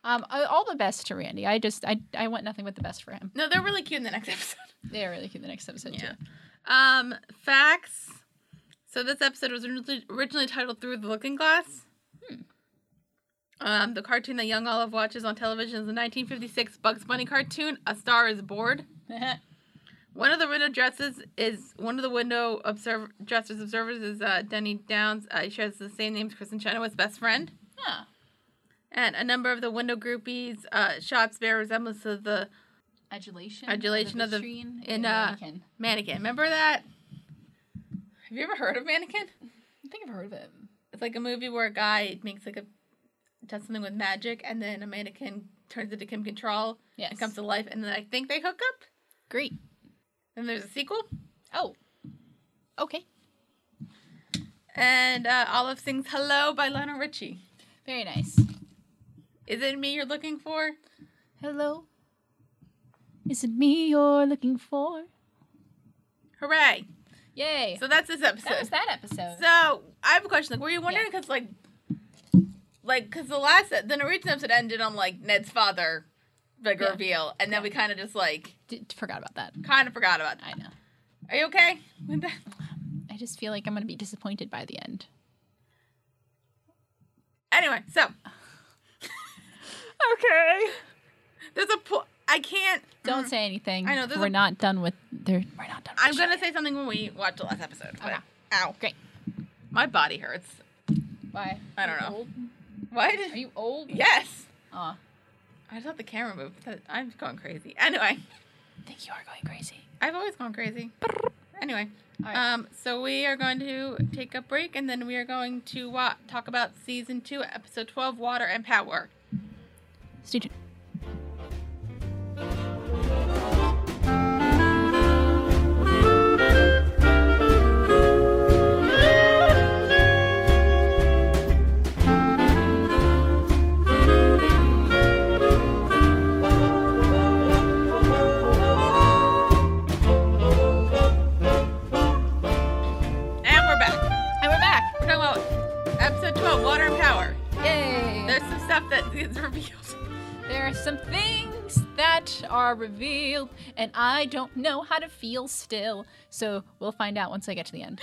S2: Um, I- all the best to Randy. I just I, I want nothing but the best for him.
S1: no, they're really cute in the next episode.
S2: They're really cute in the next episode
S1: Yeah.
S2: too.
S1: Um, facts. So this episode was originally, originally titled "Through the Looking Glass." Hmm. Um, the cartoon that young Olive watches on television is the 1956 Bugs Bunny cartoon "A Star Is Born." One of the window dresses is one of the window observer dressers observers is uh, Denny Downs. Uh, he shares the same name as Kristen Chenoweth's best friend.
S2: Huh.
S1: And a number of the window groupies' uh, shots bear resemblance to the
S2: Adulation.
S1: Adulation of the-
S2: vitrine
S1: in,
S2: the
S1: uh,
S2: mannequin.
S1: mannequin. Remember that? Have you ever heard of mannequin?
S2: I think I've heard of it.
S1: It's like a movie where a guy makes like a does something with magic, and then a mannequin turns into Kim Control
S2: Yes.
S1: and comes to life, and then I think they hook up.
S2: great.
S1: And there's a sequel,
S2: Oh. Okay.
S1: and uh, Olive sings "Hello" by Lionel Richie.
S2: Very nice.
S1: Is it me you're looking for?
S2: Hello. Is it me you're looking for?
S1: Hooray!
S2: Yay.
S1: So that's this
S2: that was
S1: episode.
S2: that episode.
S1: So I have a question. Like, were you wondering because like, like because the last the Norwegian episode ended on like Ned's father, like
S2: Yeah.
S1: reveal, and then we kind of just like
S2: Did, forgot about that.
S1: kind of forgot about that.
S2: I know.
S1: Are you okay with that?
S2: I just feel like I'm going to be disappointed by the end.
S1: Anyway, so
S2: Okay.
S1: there's a po- I can't.
S2: Don't say anything.
S1: I know, there's
S2: we're
S1: a-
S2: not done with. There, we're not done. With
S1: I'm
S2: the
S1: gonna
S2: show.
S1: say something when we watch the last episode. But,
S2: Okay.
S1: Ow,
S2: Great.
S1: my body hurts.
S2: Why?
S1: I
S2: Are
S1: don't
S2: you
S1: know.
S2: old?
S1: What?
S2: Are you old?
S1: Yes.
S2: Aw,
S1: I thought the camera moved. but I'm going crazy. Anyway,
S2: I think you are going crazy.
S1: I've always gone crazy. Anyway,
S2: All right.
S1: um, so we are going to take a break, and then we are going to wa- talk about season two, episode twelve, water and power.
S2: Stay tuned.
S1: And we're back.
S2: And we're back.
S1: We're talking about episode twelve, water and power.
S2: Yay.
S1: There's some stuff that is revealed.
S2: There are some things that are revealed, and I don't know how to feel still. So we'll find out once I get to the end.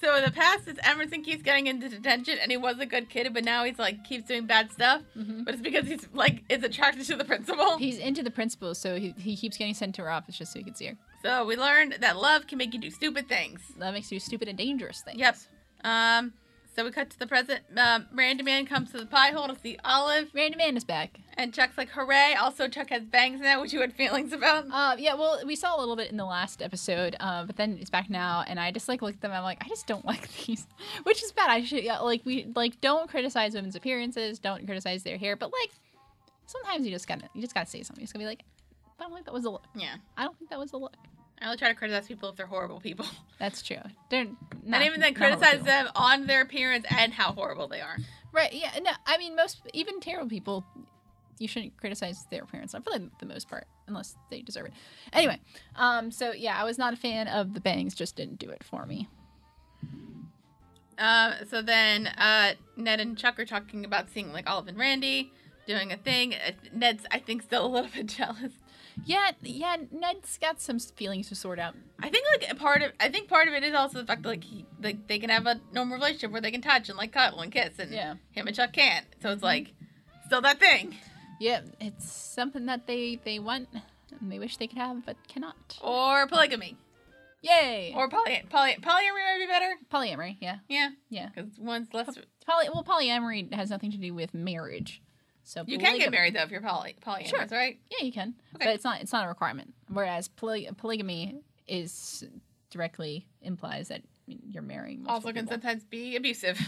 S1: So in the past, is Emerson keeps getting into detention, and he was a good kid, but now he's like keeps doing bad stuff.
S2: Mhm.
S1: But it's because he's like is attracted to the principal.
S2: He's into the principal, so he, he keeps getting sent to her office just so he can see her.
S1: So we learned that love can make you do stupid things.
S2: That makes you stupid and dangerous things.
S1: Yep. Um. So we cut to the present. Um, Randy Man comes to the pie hole to see Olive,
S2: Randy Man is back.
S1: and Chuck's like, "Hooray!" Also, Chuck has bangs now, which you had feelings about.
S2: Uh, yeah, well, we saw a little bit in the last episode, uh, but then it's back now, and I just like looked at them. I'm like, I just don't like these, which is bad. I should yeah, like we like don't criticize women's appearances, don't criticize their hair, but like sometimes you just gotta you just gotta say something. You just gotta be like, I don't think that was the look.
S1: Yeah.
S2: I don't think that was the look.
S1: I only try to criticize people if they're horrible people,
S2: That's true. They're not,
S1: and even then
S2: not horrible
S1: criticize
S2: people.
S1: them on their appearance and how horrible they are.
S2: Right? Yeah. No, I mean most even terrible people, you shouldn't criticize their appearance. For like the most part, unless they deserve it. Anyway, um, so yeah, I was not a fan of the bangs. Just didn't do it for me.
S1: Um, so then uh, Ned and Chuck are talking about seeing like Olive and Randy doing a thing. Uh, Ned's, I think, still a little bit jealous.
S2: Yeah, yeah, Ned's got some feelings to sort out.
S1: I think like a part of, I think part of it is also the fact that like he, like they can have a normal relationship where they can touch and like cuddle and kiss, and
S2: Yeah. Mm-hmm.
S1: him and Chuck can't. So it's like still that thing.
S2: Yeah, it's something that they they want and they wish they could have but cannot.
S1: Or polygamy,
S2: Yay! Or
S1: or poly, poly, polyamory might be better.
S2: polyamory, yeah.
S1: Yeah,
S2: Yeah.
S1: because one's less.
S2: Poly well polyamory has nothing to do with marriage. So
S1: You can
S2: polygamy-
S1: get married though if you're poly, polyamorous,
S2: Sure.
S1: right?
S2: Yeah, you can.
S1: Okay.
S2: But it's not it's not a requirement. Whereas poly- polygamy is directly implies that you're marrying multiple
S1: Also, can
S2: people.
S1: sometimes be abusive.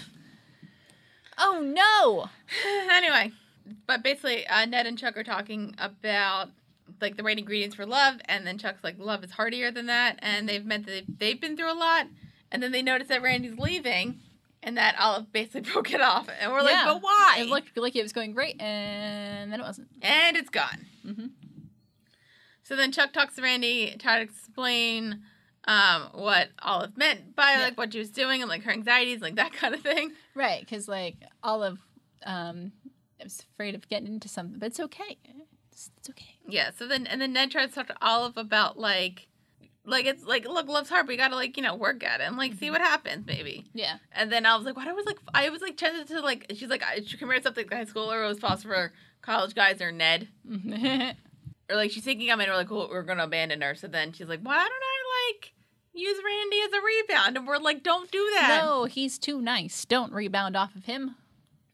S2: Oh no.
S1: anyway, but basically, uh, Ned and Chuck are talking about like the right ingredients for love, and then Chuck's like, "Love is hardier than that," and they've meant that they've, they've been through a lot, and then they notice that Randy's leaving, and that Olive basically broke it off, and we're
S2: Yeah.
S1: like, "But why?"
S2: It looked like it was going great and then it wasn't.
S1: and it's gone.
S2: Mhm.
S1: So then Chuck talks to Randy, try to explain um, what Olive meant by
S2: Yeah.
S1: like what she was doing and like her anxieties, like that kind of thing.
S2: Right, because like Olive, um, I was afraid of getting into something, but it's okay. It's, it's okay.
S1: Yeah. So then, and then Ned tries to talk to Olive about like, like it's like, look, love's hard. We gotta like, you know, work at it and like
S2: Mm-hmm.
S1: see what happens, maybe.
S2: Yeah.
S1: And then I was like, what? I was like, I was like tempted to like. She's like, I- she compared something to high school or it was possible for college guys or Ned or like she's thinking I'm in. We're like, well, we're gonna abandon her. So then she's like, why don't I like use Randy as a rebound? And we're like, don't do that
S2: no, he's too nice. Don't rebound off of him.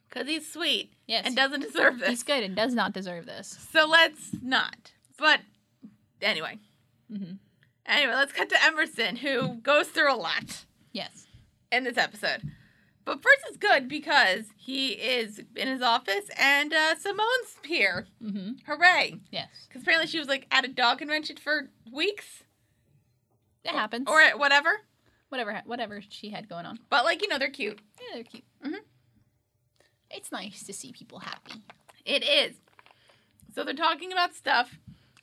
S1: because he's sweet
S2: Yes,
S1: and doesn't deserve
S2: he's
S1: this.
S2: good and does not deserve this.
S1: So let's not. But anyway.
S2: Mhm.
S1: Anyway, let's cut to Emerson, who goes through a lot
S2: Yes.
S1: in this episode. But first, it's good because he is in his office and uh, Simone's here.
S2: Mm-hmm.
S1: Hooray!
S2: Yes,
S1: Because apparently she was like at a dog convention for weeks
S2: it happens.
S1: or at whatever.
S2: whatever, ha- whatever she had going on.
S1: But like, you know, they're cute.
S2: Yeah, they're cute. Mm-hmm.
S1: Mhm.
S2: It's nice to see people happy.
S1: It is. So they're talking about stuff.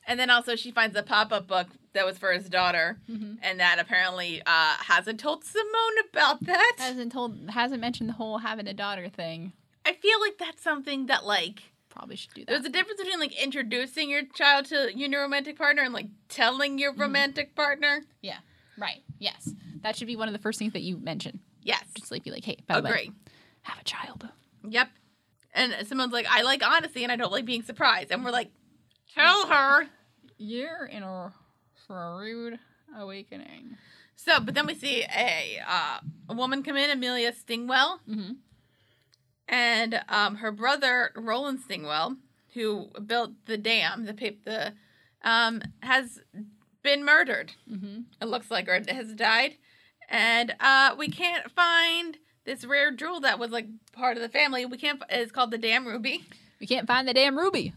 S1: And then also, she finds a pop up book that was for his daughter.
S2: Mhm.
S1: And that apparently uh, hasn't told Simone about that.
S2: Hasn't told, hasn't mentioned the whole having a daughter thing.
S1: I feel like that's something that like
S2: Probably should do that.
S1: there's a difference between like introducing your child to your new romantic partner and like telling your romantic partner.
S2: right. Yes, that should be one of the first things that you mention.
S1: Yes.
S2: Oh, Just like be like, hey, by the way,
S1: Agree.
S2: have a child.
S1: Yep. And someone's like, I like honesty and I don't like being surprised. And we're like, tell her.
S2: You're in a, for a rude awakening.
S1: So, but then we see a uh, a woman come in, Amelia Stingwell,
S2: Mm-hmm.
S1: and um, her brother Roland Stingwell, who built the dam, the pa- the um, has been murdered.
S2: Mm-hmm.
S1: It looks like, or has died, and uh, we can't find this rare jewel that was like part of the family. We can't. fi- It's called the Dam Ruby.
S2: We can't find the damn ruby.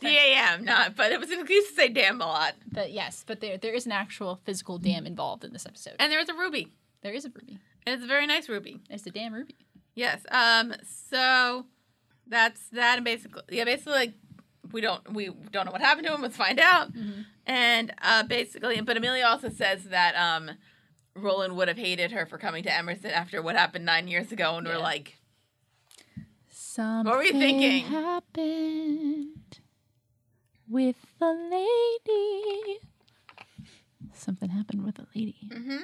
S1: D A M, not, but it was an excuse to say dam a lot.
S2: But yes, but there there is an actual physical dam involved in this episode.
S1: And there was a ruby,
S2: There is a ruby.
S1: and it's a very nice ruby.
S2: It's the damn ruby.
S1: Yes. Um. So that's that, and basically, yeah, basically, like we don't we don't know what happened to him. Let's find out.
S2: Mhm.
S1: And uh, basically, but Amelia also says that um, Roland would have hated her for coming to Emerson after what happened nine years ago, and we're
S2: Yeah.
S1: like,
S2: Something
S1: were you thinking?
S2: happened with the lady. Something happened with the lady.
S1: mm-hmm.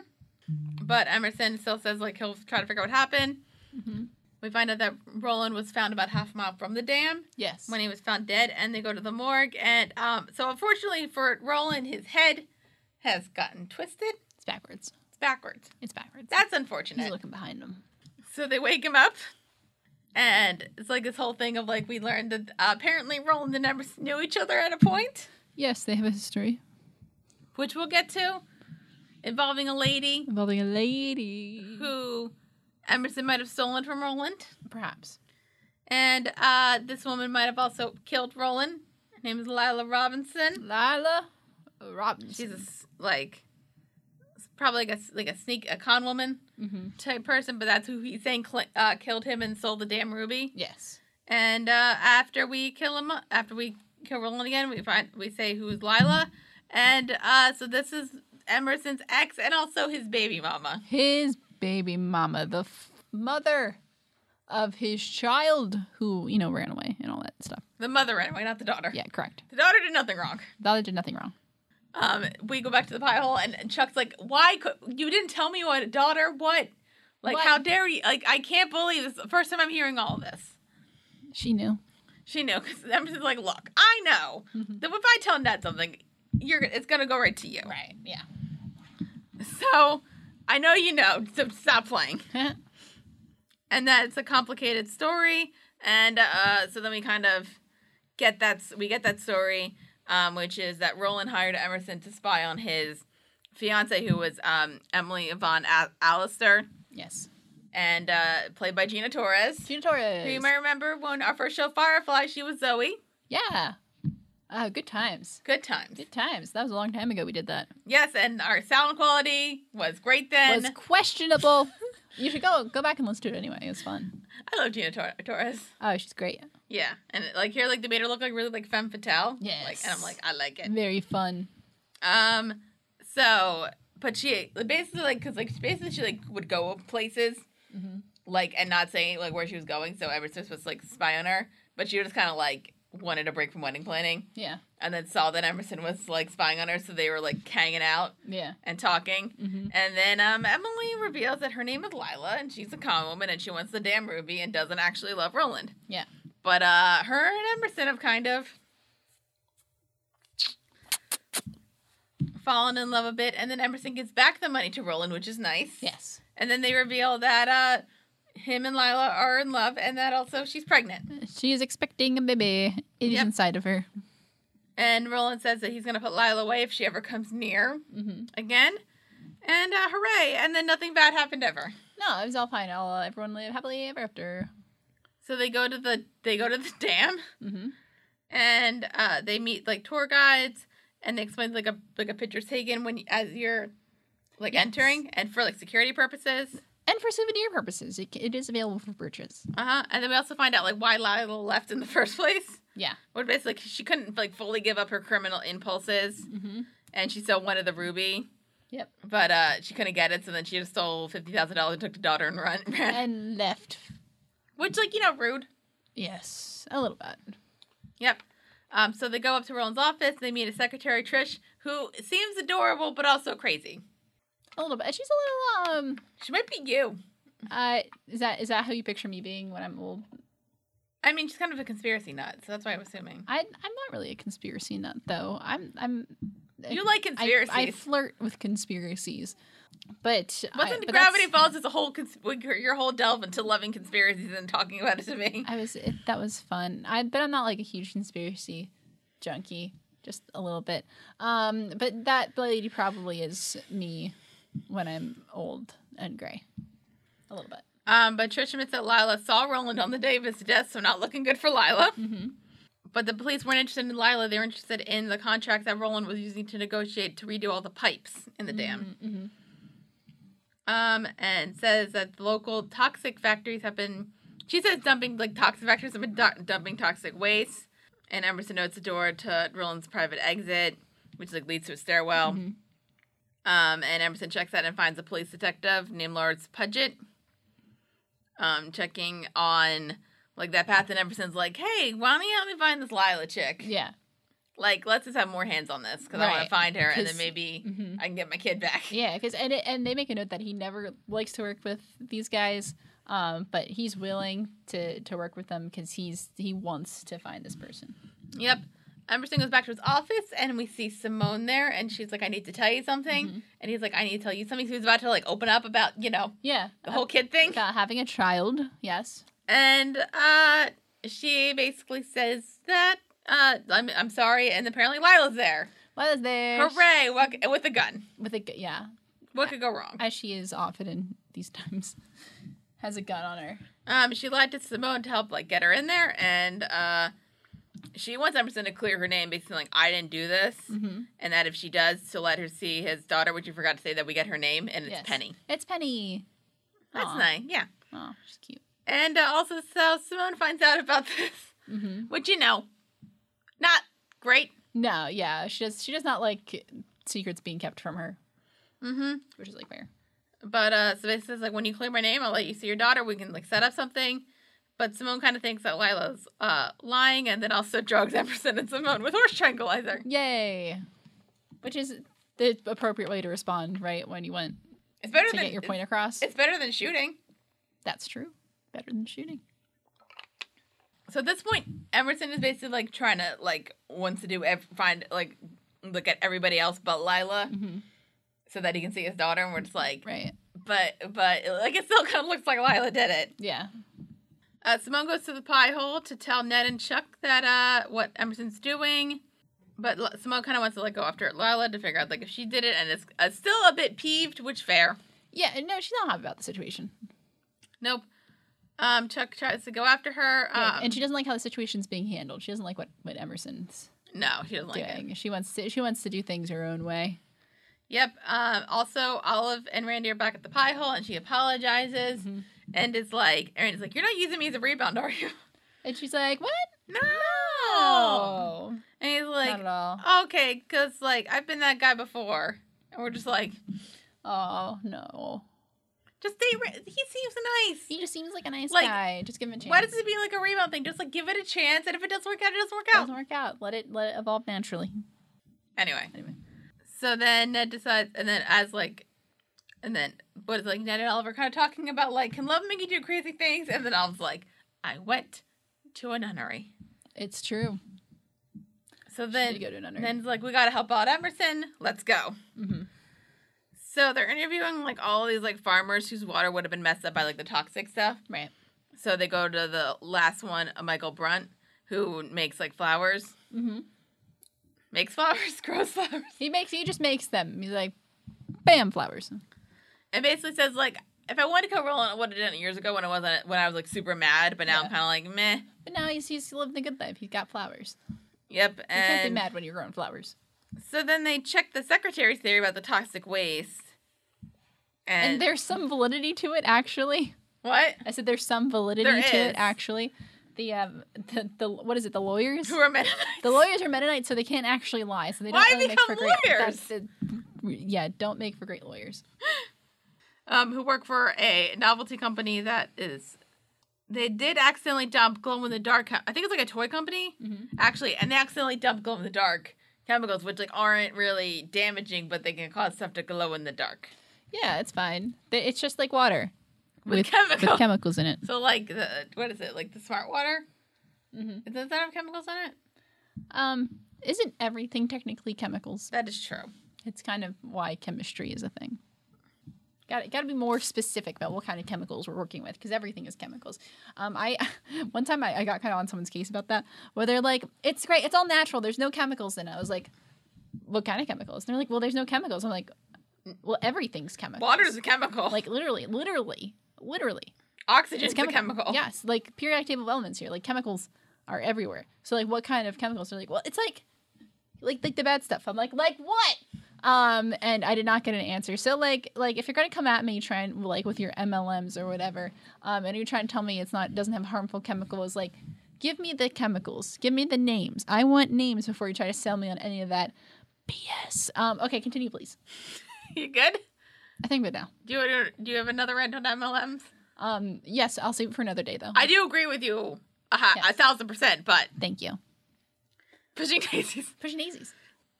S1: But Emerson still says like he'll try to figure out what happened.
S2: Mm-hmm.
S1: We find out that Roland was found about half a mile from the dam.
S2: Yes.
S1: when he was found dead, and they go to the morgue. And um, so, unfortunately for Roland, his head has gotten twisted.
S2: it's backwards.
S1: It's backwards.
S2: It's backwards.
S1: That's
S2: He's
S1: unfortunate.
S2: looking behind him.
S1: So they wake him up, and it's like this whole thing of like we learned that uh, apparently Roland and Emerson knew each other at a point,
S2: Yes, they have a history
S1: which we'll get to, involving a lady
S2: involving a lady.
S1: who Emerson might have stolen from Roland,
S2: Perhaps.
S1: and uh, this woman might have also killed Roland. Her name is Lila Robinson.
S2: Lila Robinson.
S1: She's a, s- like s- probably like a s- like a sneak a con woman
S2: mm-hmm.
S1: type person, but that's who he's saying cl- uh, killed him and sold the damn ruby.
S2: Yes.
S1: And uh, after we kill him, after we kill Roland again, we find we say who's Lila, and uh, so this is Emerson's ex and also his baby mama.
S2: His baby mama, the f- mother of his child who, you know, ran away and all that stuff.
S1: The mother ran away, not the daughter.
S2: Yeah, correct.
S1: The daughter did nothing wrong.
S2: Lila did nothing wrong.
S1: Um, we go back to the pie hole, and and Chuck's like, "Why could you didn't tell me what daughter? What? Like,
S2: What?
S1: how dare you? Like, I can't believe this. is the first time I'm hearing all of this."
S2: She knew.
S1: She knew because I'm just like, look, I know that if I tell Ned something, you're it's gonna go right to you.
S2: Right. Yeah.
S1: So I know you know, so stop playing.
S2: mm-hmm.
S1: And that's a complicated story. And uh, so then we kind of get that we get that story, um, which is that Roland hired Emerson to spy on his fiance, who was um, Emily Yvonne Al- Allister,
S2: Yes.
S1: and uh, played by Gina Torres.
S2: Gina
S1: Who
S2: Torres.
S1: you might remember when our first show Firefly, she was Zoe.
S2: Yeah. Uh, good times.
S1: Good times.
S2: Good times. That was a long time ago we did that.
S1: Yes, and our sound quality was great then.
S2: was questionable. you should go go back and listen to it anyway. It was fun.
S1: I love Gina Tor- Torres.
S2: Oh, she's great.
S1: Yeah, and like here, like they made her look like really like femme fatale. like
S2: Yes.
S1: and I'm like I like it.
S2: Very fun.
S1: Um, so but she basically like because like basically she like would go places
S2: Mhm.
S1: like and not say like where she was going, so Emerson was supposed to like spy on her, but she just kind of like wanted a break from wedding planning,
S2: Yeah.
S1: and then saw that Emerson was like spying on her, so they were like hanging out
S2: Yeah.
S1: and talking.
S2: Mm-hmm.
S1: And then um, Emily reveals that her name is Lila and she's a con woman and she wants the damn ruby and doesn't actually love Roland.
S2: Yeah.
S1: But uh, her and Emerson have kind of fallen in love a bit. And then Emerson gives back the money to Roland, which is nice.
S2: Yes.
S1: And then they reveal that uh, him and Lila are in love and that also she's pregnant.
S2: She is expecting a baby. It is
S1: Yep.
S2: inside of her.
S1: And Roland says that he's going to put Lila away if she ever comes near
S2: Mm-hmm.
S1: again. And uh, hooray! And then nothing bad happened ever.
S2: No, it was all fine. All uh, everyone live happily ever after.
S1: So they go to the they go to the dam
S2: Mm-hmm.
S1: and uh, they meet like tour guides and they explain like a like a picture taken when as you're like
S2: Yes.
S1: entering and for like security purposes.
S2: And for souvenir purposes, it, c- it is available for purchase.
S1: Uh huh. And then we also find out like why Lila left in the first place.
S2: Yeah.
S1: What basically like, she couldn't like fully give up her criminal impulses
S2: Mm-hmm.
S1: and she still wanted the ruby.
S2: Yep.
S1: But uh, she couldn't get it, so then she just stole fifty thousand dollars and took the daughter and run, ran.
S2: And left.
S1: Which, like, you know, rude.
S2: Yes, a little bit.
S1: Yep. Um, so they go up to Roland's office. They meet a secretary, Trish, who seems adorable but also crazy.
S2: A little bit. She's a little um.
S1: She might be you.
S2: Uh, is that is that how you picture me being when I'm old?
S1: I mean, she's kind of a conspiracy nut, so that's why I'm assuming.
S2: I I'm not really a conspiracy nut though. I'm I'm.
S1: You like
S2: I,
S1: conspiracies.
S2: I flirt with conspiracies, but I-
S1: Wasn't
S2: but
S1: Gravity
S2: that's-
S1: Falls is a whole cons- your whole delve into loving conspiracies and talking about it to me?
S2: I was it, that was fun. I but I'm not like a huge conspiracy junkie, just a little bit. Um, but that lady probably is me when I'm old and gray, a little bit.
S1: Um, but Trish admits that Lila saw Roland on the day of his death, so not looking good for Lila.
S2: Mm-hmm.
S1: But the police weren't interested in Lila; they were interested in the contract that Roland was using to negotiate to redo all the pipes in the dam.
S2: Mm-hmm.
S1: Um, and says that the local toxic factories have been. She says dumping like toxic factories have been du- dumping toxic waste. And Emerson notes the door to Roland's private exit, which like leads to a stairwell.
S2: Mhm.
S1: Um, and Emerson checks out and finds a police detective named Lawrence Pudgett. Um, checking on like that path, and Emerson's like, "Hey, why don't you help me find this Lila chick?
S2: Yeah.
S1: Like, let's just have more hands on this because I want
S2: Right.
S1: to find her, and then
S2: 'Cause-
S1: maybe
S2: Mm-hmm.
S1: I can get my kid back."
S2: Yeah, because and it- and they make a note that he never likes to work with these guys, um, but he's willing to to work with them because he's he wants to find this person.
S1: Yep. Emerson goes back to his office and we see Simone there and she's like, I need to tell you something.
S2: Mm-hmm.
S1: And he's like, I need to tell you something. So he's about to like open up about, you know,
S2: Yeah,
S1: the whole kid thing.
S2: about having a child. Yes.
S1: And uh she basically says that uh I'm I'm sorry, and apparently Lila's there.
S2: What is there?
S1: Hooray, what, c- with a gun.
S2: With a gu- yeah,
S1: What could go wrong?
S2: as she is often in these times, has a gun on her.
S1: Um she lied to Simone to help like get her in there and uh she wants Emerson to clear her name basically like I didn't do this
S2: Mm-hmm.
S1: and that if she does to let her see his daughter, which you forgot to say that we get her name and it's
S2: Yes.
S1: Penny.
S2: It's Penny.
S1: That's
S2: Aw.
S1: nice. Yeah.
S2: Oh, she's cute.
S1: And uh, also, so Simone finds out about this,
S2: Mm-hmm.
S1: which you know, not great.
S2: No, yeah, she does. She does not like secrets being kept from her,
S1: Mm-hmm.
S2: which is like fair.
S1: But uh, so this is like, when you clear my name, I'll let you see your daughter. We can like set up something. But Simone kind of thinks that Lila's uh, lying, and then also drugs Emerson and Simone with horse tranquilizer.
S2: Yay. Which is the appropriate way to respond, right? When you want
S1: It's better
S2: to
S1: than
S2: get your point across.
S1: It's better than shooting.
S2: That's true. Better than shooting.
S1: So at this point, Emerson is basically like trying to like wants to do ev- find like look at everybody else but Lila,
S2: Mhm.
S1: so that he can see his daughter. And we're just like,
S2: Right.
S1: but but like it still kind of looks like Lila did it.
S2: Yeah.
S1: Uh, Simone goes to the pie hole to tell Ned and Chuck that uh, what Emerson's doing, but L- Simone kind of wants to like go after Lila to figure out like if she did it, and is uh, still a bit peeved, which fair.
S2: Yeah. and No, she's not happy about the situation.
S1: Nope. Um, Chuck tries to go after her.
S2: Yeah,
S1: Um,
S2: and she doesn't like how the situation's being handled. She doesn't like what, what Emerson's
S1: no, she doesn't like it.
S2: doing. She wants to she wants to do things her own way.
S1: Yep. Um, also, Olive and Randy are back at the pie hole, and she apologizes
S2: Mhm.
S1: and is like, and is like, "You're not using me as a rebound, are you?"
S2: And she's like, What?
S1: no.
S2: Oh,
S1: And he's
S2: not
S1: like,
S2: at all.
S1: okay, because like I've been that guy before, and we're just like,
S2: Oh no.
S1: just stay. Ra- he seems nice.
S2: He just seems like a nice
S1: Like,
S2: guy. Just give him a chance.
S1: Why does it be like a rebound thing? Just like give it a chance, and if it doesn't work out, it doesn't work out.
S2: doesn't work out? Let it let it evolve naturally.
S1: Anyway,
S2: Anyway.
S1: so then Ned decides, and then as like, and then what is like Ned and Oliver kind of talking about like, can love make you do crazy things? And then Olive's like, I went to a nunnery.
S2: It's true.
S1: So
S2: She
S1: then,
S2: did go to another.
S1: then it's like we gotta help out Emerson. Let's go.
S2: Mhm.
S1: So they're interviewing like all these like farmers whose water would have been messed up by like the toxic stuff.
S2: right.
S1: So they go to the last one, uh, Michael Brunt, who makes like flowers,
S2: Mm-hmm.
S1: makes flowers, grows flowers,
S2: He makes he just makes them. He's like, bam, flowers.
S1: and basically says like, if I wanted to kill Roland, I would have done it years ago when I wasn't when I was like super mad, but now I'm
S2: Yeah.
S1: kind of like meh.
S2: But now he's he's living the good life. He's got flowers.
S1: Yep.
S2: You can't be
S1: And
S2: mad when you're growing flowers.
S1: so then they check the secretary's theory about the toxic waste.
S2: And,
S1: And,
S2: there's some validity to it, actually.
S1: what?
S2: I said there's some validity
S1: There
S2: to
S1: is.
S2: it, actually. The um the, the what is it? The lawyers.
S1: Who are men?
S2: The lawyers are Mennonites, so they can't actually lie. So they don't
S1: Why
S2: really make for
S1: become
S2: great.
S1: lawyers?
S2: that's the- yeah, don't make for great lawyers.
S1: um, who work for a novelty company that is. They did accidentally dump glow in the dark. I think it's like a toy company,
S2: Mm-hmm.
S1: actually, and they accidentally dumped glow in the dark chemicals, which like aren't really damaging, but they can cause stuff to glow in the dark.
S2: Yeah, it's fine. They- It's just like water.
S1: With chemicals.
S2: with chemicals in it.
S1: So like the what is it like the smart water?
S2: Mm-hmm.
S1: Does that have chemicals in it?
S2: Um, isn't everything technically chemicals?
S1: That is true.
S2: It's kind of why chemistry is a thing. Got got to be more specific about what kind of chemicals we're working with because everything is chemicals. Um, I one time I, I got kind of on someone's case about that where they're like, "It's great, it's all natural. There's no chemicals in it." I was like, "What kind of chemicals?" And they're like, "Well, there's no chemicals." I'm like, "Well, everything's chemical.
S1: Water is a chemical.
S2: like literally, literally, literally."
S1: oxygen is a
S2: chemi-
S1: chemical.
S2: Yes, like periodic table of elements here. Like chemicals are everywhere. So like what kind of chemicals? They're like, well, it's like like like the bad stuff. I'm like, like what? Um, and I did not get an answer. So like like if you're gonna come at me trying like with your MLMs or whatever, um, and you're trying to tell me it's not doesn't have harmful chemicals, like give me the chemicals, give me the names. I want names before you try to sell me on any of that. BS. Um, okay, continue please.
S1: you good?
S2: I think we're now.
S1: Do you do you have another rant on MLMs?
S2: Um, yes, I'll save it for another day though.
S1: I do agree with you uh,
S2: Yes.
S1: a thousand percent, but
S2: Thank you.
S1: pushing cases.
S2: Pushing daisies.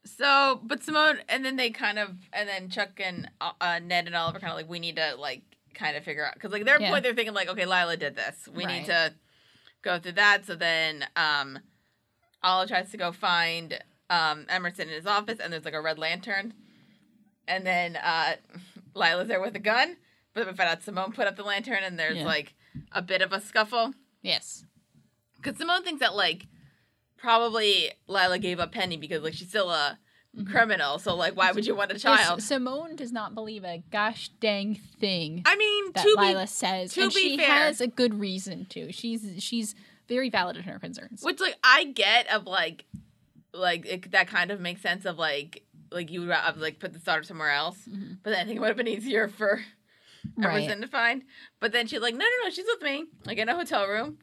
S1: So, but Simone, and then they kind of, and then Chuck and uh, uh, Ned and Oliver kind of like, we need to like kind of figure out because like their
S2: Yeah.
S1: point, they're thinking like, okay, Lila did this. We
S2: Right.
S1: need to go through that. So then, um, Olive tries to go find um Emerson in his office, and there's like a red lantern, and then uh Lila's there with a gun. But then we find out Simone put up the lantern, and there's
S2: Yeah.
S1: like a bit of a scuffle.
S2: Yes.
S1: Because Simone thinks that like probably Lila gave up Penny because like she's still a
S2: Mm-hmm.
S1: criminal, so like why would you want a
S2: Yes,
S1: child?
S2: Simone does not believe a gosh dang thing
S1: I mean,
S2: that
S1: to
S2: Lila says,
S1: to
S2: and
S1: be
S2: she
S1: fair-
S2: has a good reason to. She's she's very valid in her concerns.
S1: be which like I get of like like it, that kind of makes sense of like like you would ra- of, like put the daughter somewhere else,
S2: Mm-hmm.
S1: but then I think it would have been easier for Emerson to find. But then she's like, no, no, no, she's with me, like in a hotel room.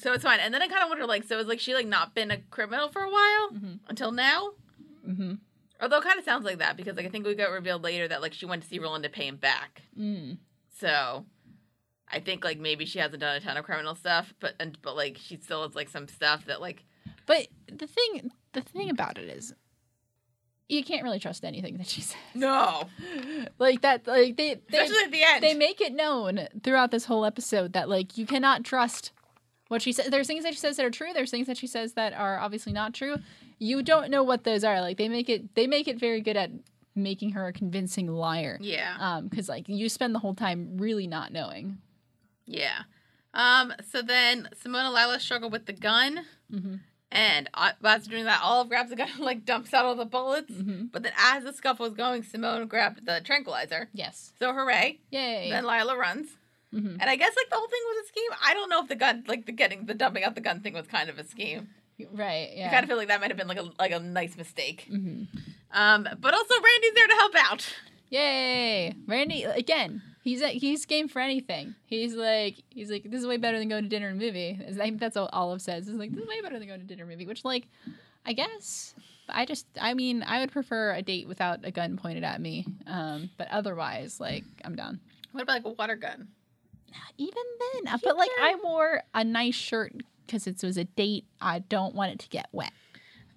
S1: So it's fine. And then I kind of wonder, like, so is like she like not been a criminal for a while
S2: Mhm.
S1: until now?
S2: Mm-hmm.
S1: Although it kind of sounds like that because like I think we got revealed later that like she went to see Roland to pay him back.
S2: Mm.
S1: So I think like maybe she hasn't done a ton of criminal stuff, but and but like she still has like some stuff that like
S2: But the thing the thing about it is, you can't really trust anything that she says.
S1: no,
S2: Like that. Like they they,
S1: especially at the end.
S2: they make it known throughout this whole episode that like you cannot trust what she says. There's things that she says that are true. There's things that she says that are obviously not true. You don't know what those are. Like they make it they make it very good at making her a convincing liar.
S1: yeah,
S2: Um, because like you spend the whole time really not knowing.
S1: yeah. Um. So then Simone and Lila struggle with the gun,
S2: Mhm.
S1: and uh, whilst doing that, Olive grabs the gun and like dumps out all the bullets.
S2: Mhm.
S1: But then as the scuffle is going, Simone grabbed the tranquilizer.
S2: Yes.
S1: So hooray!
S2: Yay.
S1: Then Lila runs.
S2: Mhm.
S1: And I guess like the whole thing was a scheme. I don't know if the gun, like the getting the dumping out the gun thing was kind of a scheme.
S2: Right.
S1: I
S2: Yeah.
S1: kind of feel like that might have been like a like a nice mistake.
S2: Mhm.
S1: Um, but also Randy's there to help out.
S2: Yay! Randy again. He's he's game for anything. He's like he's like this is way better than going to dinner and movie. Is- I think that's all Olive says. Is like this is way better than going to dinner and movie. Which like, I guess I just I mean I would prefer a date without a gun pointed at me. Um, but otherwise like I'm down.
S1: What about like a water gun?
S2: Even then, Uh, but like I wore a nice shirt because it was a date. I don't want it to get wet.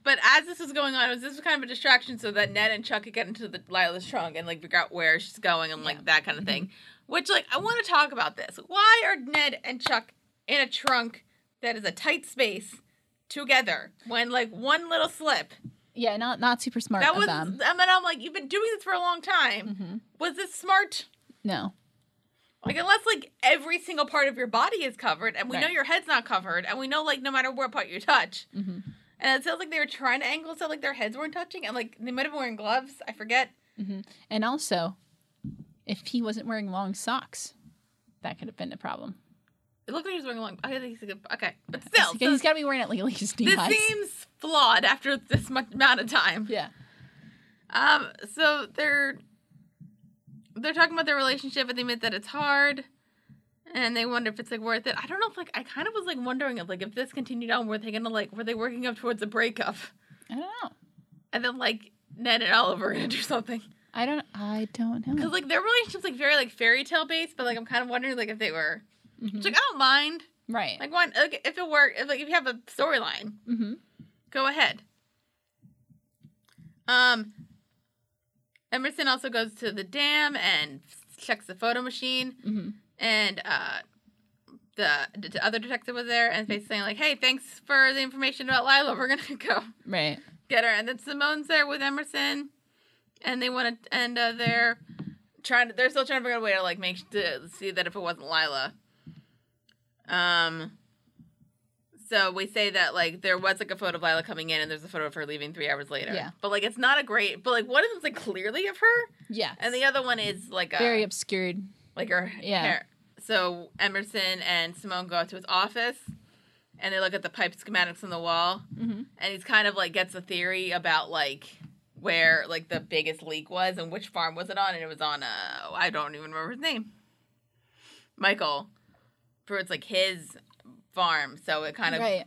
S1: But as this was going on, it was this was kind of a distraction so that Ned and Chuck could get into the Lila's trunk and like figure out where she's going and like
S2: Yeah.
S1: that kind of thing. Which like I want to talk about this. Why are Ned and Chuck in a trunk that is a tight space together when like one little slip
S2: Yeah, not not super smart
S1: that
S2: of
S1: was
S2: them.
S1: I mean I'm like you've been doing this for a long time.
S2: Mhm.
S1: Was this smart?
S2: No.
S1: Like unless like every single part of your body is covered, and we know
S2: Right.
S1: your head's not covered, and we know like no matter what part you touch,
S2: Mhm.
S1: and it sounds like they were trying to angle so like their heads weren't touching, and like they might have been wearing gloves. I forget.
S2: Mm-hmm. And also, if he wasn't wearing long socks, that could have been a problem.
S1: It looked like he was wearing long. I think he's a good. Okay, but
S2: He's-
S1: still,
S2: he's
S1: so
S2: got to be wearing at least knee
S1: this
S2: highs.
S1: seems flawed after this much amount of time.
S2: yeah.
S1: Um, so they're they're talking about their relationship, and they admit that it's hard, and they wonder if it's like worth it. I don't know if like I kind of was like wondering if like if this continued on, were they gonna like were they working up towards a breakup?
S2: I don't know.
S1: and then like Ned and Oliver are gonna do something
S2: I don't. I don't know.
S1: because like their relationship's like very like fairy tale based, but like I'm kind of wondering like if they were
S2: Mhm.
S1: it's like I don't mind
S2: Right.
S1: like one like, if it worked if like if you have a storyline
S2: mm-hmm.
S1: go ahead. Um, Emerson also goes to the dam and checks the photo machine,
S2: Mm-hmm.
S1: and uh, the, the other detective was there and basically saying like, "Hey, thanks for the information about Lila. We're gonna go
S2: Right.
S1: get her." And then Simone's there with Emerson, and they want to and uh, they're trying to they're still trying to figure out a way to like make to see that if it wasn't Lila. Um. So we say that like there was like a photo of Lila coming in, and there's a photo of her leaving three hours later.
S2: Yeah.
S1: But like it's not a great. But like one of them's like clearly of her,
S2: Yes.
S1: and the other one is like a
S2: very obscured.
S1: like her
S2: Yeah.
S1: hair. So Emerson and Simone go out to his office, and they look at the pipe schematics on the wall,
S2: Mhm.
S1: and he's kind of like gets a theory about like where like the biggest leak was and which farm was it on, and it was on uh oh, I don't even remember his name, Michael, for it's like his farm. So it kind of
S2: Right.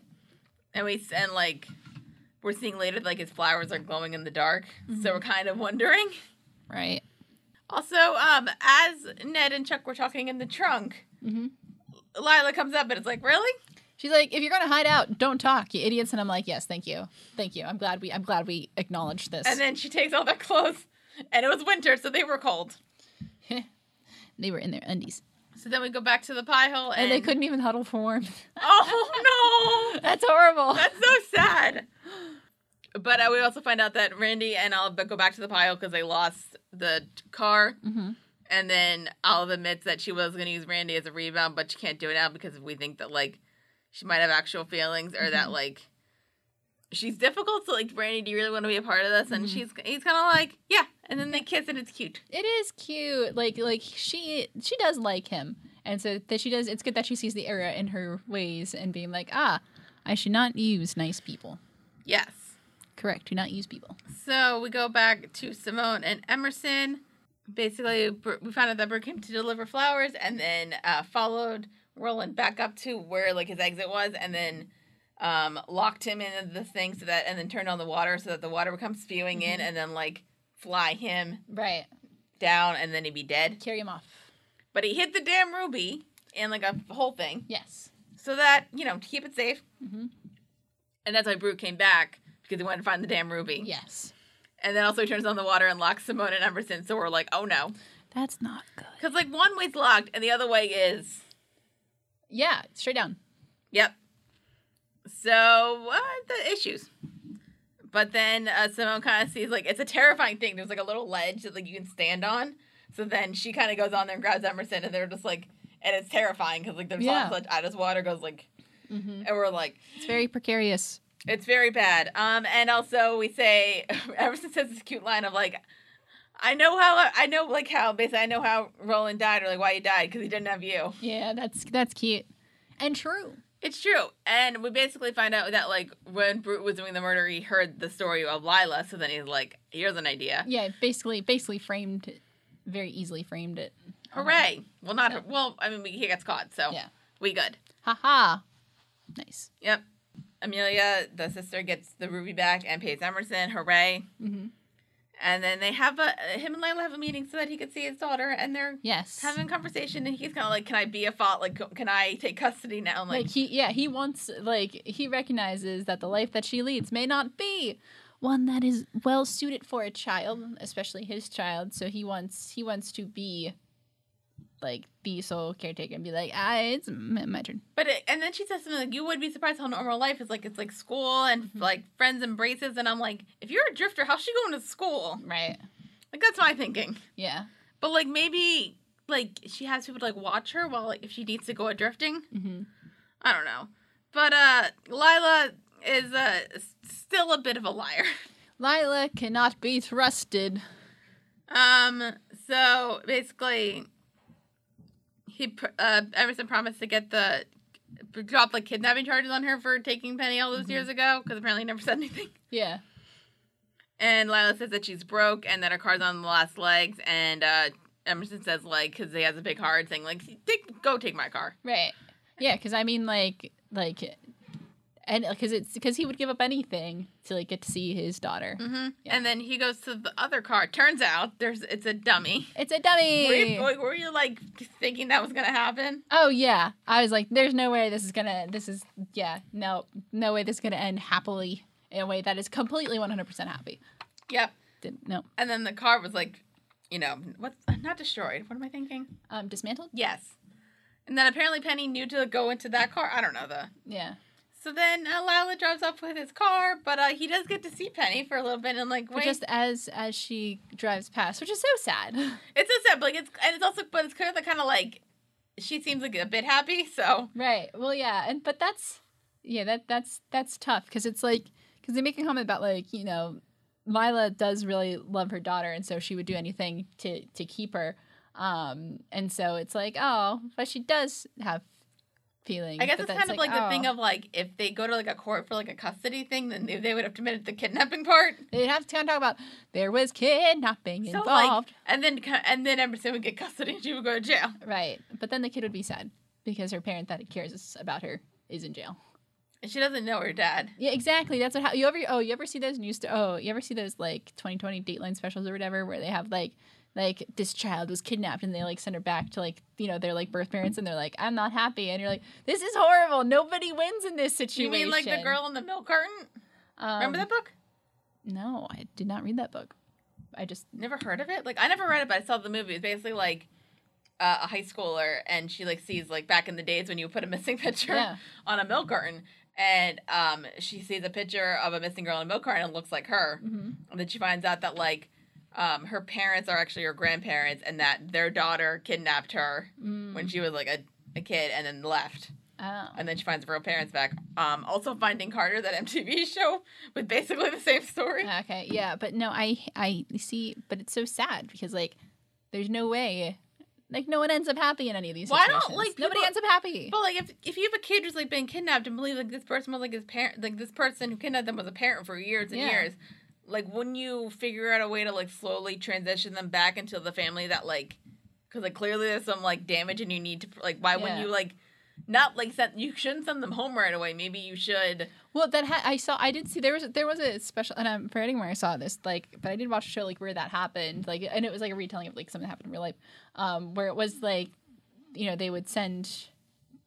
S1: and we and like we're seeing later like his flowers are glowing in the dark,
S2: Mm-hmm.
S1: so we're kind of wondering.
S2: Right.
S1: Also, um, as Ned and Chuck were talking in the trunk,
S2: Mm-hmm.
S1: Lila comes up and it's like, really?
S2: She's like, if you're gonna hide out, don't talk, you idiots. And I'm like, yes, thank you, thank you. I'm glad we, I'm glad we acknowledged this.
S1: And then she takes all their clothes, and it was winter, so they were cold.
S2: they were in their undies,
S1: So then we go back to the pie hole, and,
S2: and, they couldn't even huddle for warmth.
S1: Oh no,
S2: That's horrible.
S1: that's so sad. But uh, we also find out that Randy and Olive go back to the pie hole because they lost the t- car,
S2: hmm
S1: and then Olive admits that she was going to use Randy as a rebound, but she can't do it now because we think that like she might have actual feelings or that like she's difficult. So like, Randy, do you really want to be a part of this? And
S2: Mhm.
S1: she's he's kind of like, yeah. And then they kiss, and it's cute.
S2: It is cute. Like, like she, she does like him, and so that she does. It's good that she sees the error in her ways and being like, ah, I should not use nice people.
S1: Yes.
S2: Correct. Do not use people.
S1: So we go back to Simone and Emerson. Basically, Br- we found out that Brooke came to deliver flowers and then uh, followed Roland back up to where like his exit was and then um, locked him in the thing so that and then turned on the water so that the water would come spewing in and then like fly him
S2: Right.
S1: down and then he'd be dead.
S2: Carry him off.
S1: But he hit the damn ruby and like a whole thing
S2: Yes.
S1: so that, you know, to keep it safe.
S2: Mhm.
S1: And that's why Brooke came back because he wanted to find the damn ruby.
S2: Yes.
S1: And then also he turns on the water and locks Simone and Emerson. So we're like, oh no.
S2: That's not good.
S1: Because like one way's locked and the other way is.
S2: Yeah. Straight down.
S1: Yep. So uh, the issues. But then uh, Simone kind of sees like it's a terrifying thing. There's like a little ledge that like you can stand on. So then she kind of goes on there and grabs Emerson, and they're just like, and it's terrifying because like there's
S2: Yeah.
S1: yeah. ledge out as water goes like,
S2: Mm-hmm.
S1: and we're like,
S2: It's very precarious.
S1: It's very bad. Um, and also we say Emerson says this cute line of like, I know how I know like how basically I know how Roland died or like why he died because he didn't have you.
S2: Yeah, that's that's cute and true.
S1: It's true, and we basically find out that like when Brute was doing the murder, he heard the story of Lila, so then he's like, here's an idea.
S2: Yeah, basically, basically framed, it, very easily framed it.
S1: Hooray! Well, not well. I mean, we, he gets caught, so
S2: Yeah.
S1: we good.
S2: Ha ha. Nice.
S1: Yep. Amelia, the sister, gets the ruby back and pays Emerson. Hooray!
S2: hmm
S1: And then they have a him and Lila have a meeting so that he could see his daughter, and they're
S2: Yes.
S1: having a conversation and he's kind of like can i be a fault like can i take custody now I'm
S2: like
S1: like,
S2: he, yeah, he wants like he recognizes that the life that she leads may not be one that is well suited for a child, especially his child. So he wants he wants to be like the sole caretaker and be like, ah, it's m- my turn.
S1: but it, and then she says something like you would be surprised how normal life is like it's like school and like friends and braces and i'm like if you're a drifter how's she going to school
S2: Right.
S1: like that's my thinking
S2: Yeah.
S1: but like maybe like she has people to like watch her while like if she needs to go drifting
S2: Mm-hmm.
S1: i don't know but uh lila is uh s- still a bit of a liar
S2: Lila cannot be thrusted.
S1: Um. So basically, he pr- uh, Emerson promised to get the drop like kidnapping charges on her for taking Penny all those years ago because apparently he never said anything.
S2: Yeah.
S1: And Lila says that she's broke and that her car's on the last legs. And uh, Emerson says like because he has a big heart, saying like take go take my car.
S2: Right. Yeah, because I mean, like, like, and because it's because he would give up anything to like get to see his daughter.
S1: Mm-hmm.
S2: Yeah.
S1: And then he goes to the other car. Turns out there's it's a dummy.
S2: It's a
S1: Were you,
S2: dummy.
S1: were you like thinking that was gonna happen?
S2: Oh yeah, I was like, there's no way this is gonna. This is yeah, no, no way this is gonna end happily in a way that is completely 100 percent happy.
S1: Yep.
S2: Didn't no,
S1: And then the car was like, you know, what's not destroyed? What am I thinking?
S2: um, dismantled.
S1: Yes. And then apparently Penny knew to go into that car. I don't know the.
S2: Yeah.
S1: So then uh, Lila drives off with his car, but uh, he does get to see Penny for a little bit and like
S2: But
S1: wait.
S2: just as as she drives past, which is so sad.
S1: it's so sad, but like it's and it's also but it's clear that kind of like she seems like a bit happy. So
S2: right. Well, yeah, and but that's yeah that that's that's tough because it's like because they make a comment about like you know Lila does really love her daughter and so she would do anything to to keep her. Um, and so it's like oh, but she does have feelings.
S1: I guess
S2: but
S1: it's
S2: that's
S1: kind of like, the
S2: oh.
S1: thing of like if they go to like a court for like a custody thing, then they, they would have to admit the kidnapping part.
S2: They'd have to kind of talk about there was kidnapping
S1: So like
S2: involved,
S1: and then ki- and then Emerson would get custody and she would go to jail.
S2: right? But then the kid would be sad because her parent that cares about her is in jail.
S1: And she doesn't know her dad.
S2: Yeah, exactly. That's what hap- you ever. Oh, you ever see those news? St- oh, you ever see those like 2020 Dateline specials or whatever, where they have like, like this child was kidnapped and they like send her back to like you know their like birth parents and they're like I'm not happy and you're like this is horrible. Nobody wins in this
S1: You
S2: situation.
S1: mean like the girl in the milk carton?
S2: Um,
S1: Remember that book?
S2: No, I did not read that book. I just
S1: Never heard of it? Like I never read it, but I saw the movie. It's basically like uh, a high schooler, and she like sees like back in the days when you put a missing picture
S2: Yeah.
S1: on a milk carton, and um, she sees a picture of a missing girl in a milk carton and it looks like her, and then she finds out that like um, her parents are actually her grandparents, and that their daughter kidnapped her when she was like a, a kid and then left.
S2: mm, oh.
S1: And then she finds her real parents back. Um, also, Finding Carter, that MTV show, with basically the same story.
S2: Okay, yeah, but no, I I see, but it's so sad because like there's no way, like no one ends up happy in any of these.
S1: Well, I don't,
S2: situations.
S1: like,
S2: nobody
S1: people-
S2: ends up happy.
S1: But like if if you have a kid who's like been kidnapped and believe like this person was like his parent like this person who kidnapped them was a parent for years and
S2: Yeah.
S1: years, like wouldn't you figure out a way to like slowly transition them back into the family that like because like clearly there's some like damage and you need to like why wouldn't
S2: Yeah.
S1: you like not like send you shouldn't send them home right away maybe you should
S2: Well, that ha- I saw. I did see there was there was a special, and I'm forgetting where I saw this. Like, but I did watch a show like where that happened. Like, and it was like a retelling of like something that happened in real life, um, where it was like, you know, they would send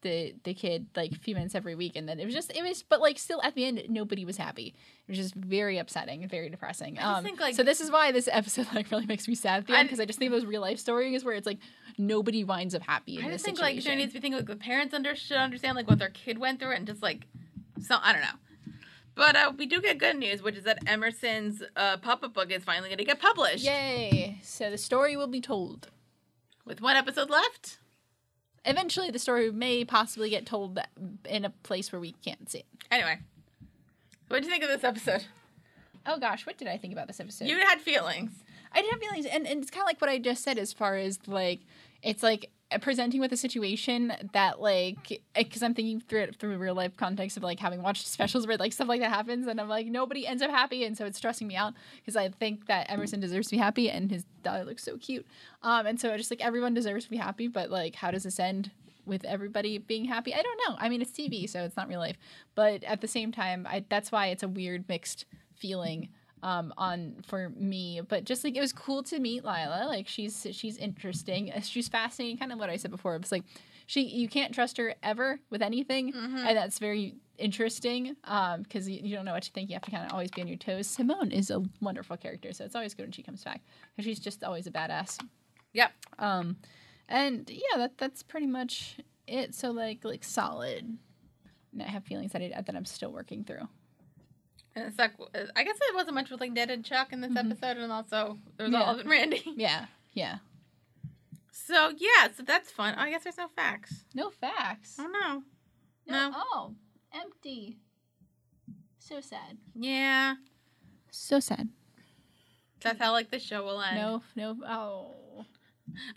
S2: the the kid like a few minutes every week, and then it was just it was, but like still at the end, nobody was happy. It was just very upsetting and very depressing.
S1: just
S2: Um,
S1: think, like-
S2: so this is why this episode like really makes me sad at the end
S1: I-
S2: because I, just think of those real life stories where it's like nobody winds up happy. In
S1: I
S2: this
S1: just think like
S2: situation.
S1: there needs to be thinking like the parents under should understand like what their kid went through and just like so I don't know. But uh, we do get good news, which is that Emerson's uh, pop-up book is finally going to get published.
S2: Yay! So the story will be told.
S1: With one episode left.
S2: eventually the story may possibly get told in a place where we can't see it.
S1: Anyway, what did you think of this episode?
S2: Oh gosh, what did I think about this episode?
S1: You had feelings.
S2: I did have feelings, and, and it's kind of like what I just said as far as like it's like presenting with a situation that like because I'm thinking through it through real life context of like having watched specials where like stuff like that happens, and I'm like nobody ends up happy, and so it's stressing me out because I think that Emerson deserves to be happy, and his daughter looks so cute, um, and so I just like everyone deserves to be happy, but like how does this end? With everybody being happy, I don't know. I mean, it's TV, so it's not real life. But at the same time, I, that's why it's a weird mixed feeling um on for me but just like it was cool to meet lila like she's she's interesting Uh, she's fascinating kind of what i said before it's like she you can't trust her ever with anything and that's very interesting um because you, you don't know what to think you have to kind of always be on your toes simone is a wonderful character so it's always good when she comes back 'cause she's just always a badass
S1: Yep.
S2: um and yeah that that's pretty much it so like like solid and i have feelings that, I, that i'm still working through
S1: And it's like, I guess it wasn't much with like Ned and Chuck in this episode, and also there was
S2: Yeah.
S1: all of it Randy.
S2: yeah yeah
S1: So yeah, so that's fun. I guess there's no facts.
S2: no facts
S1: Oh no.
S2: No.
S1: No.
S2: Oh, empty. So sad.
S1: Yeah.
S2: So sad.
S1: That's how like the show will end.
S2: No, no. Oh.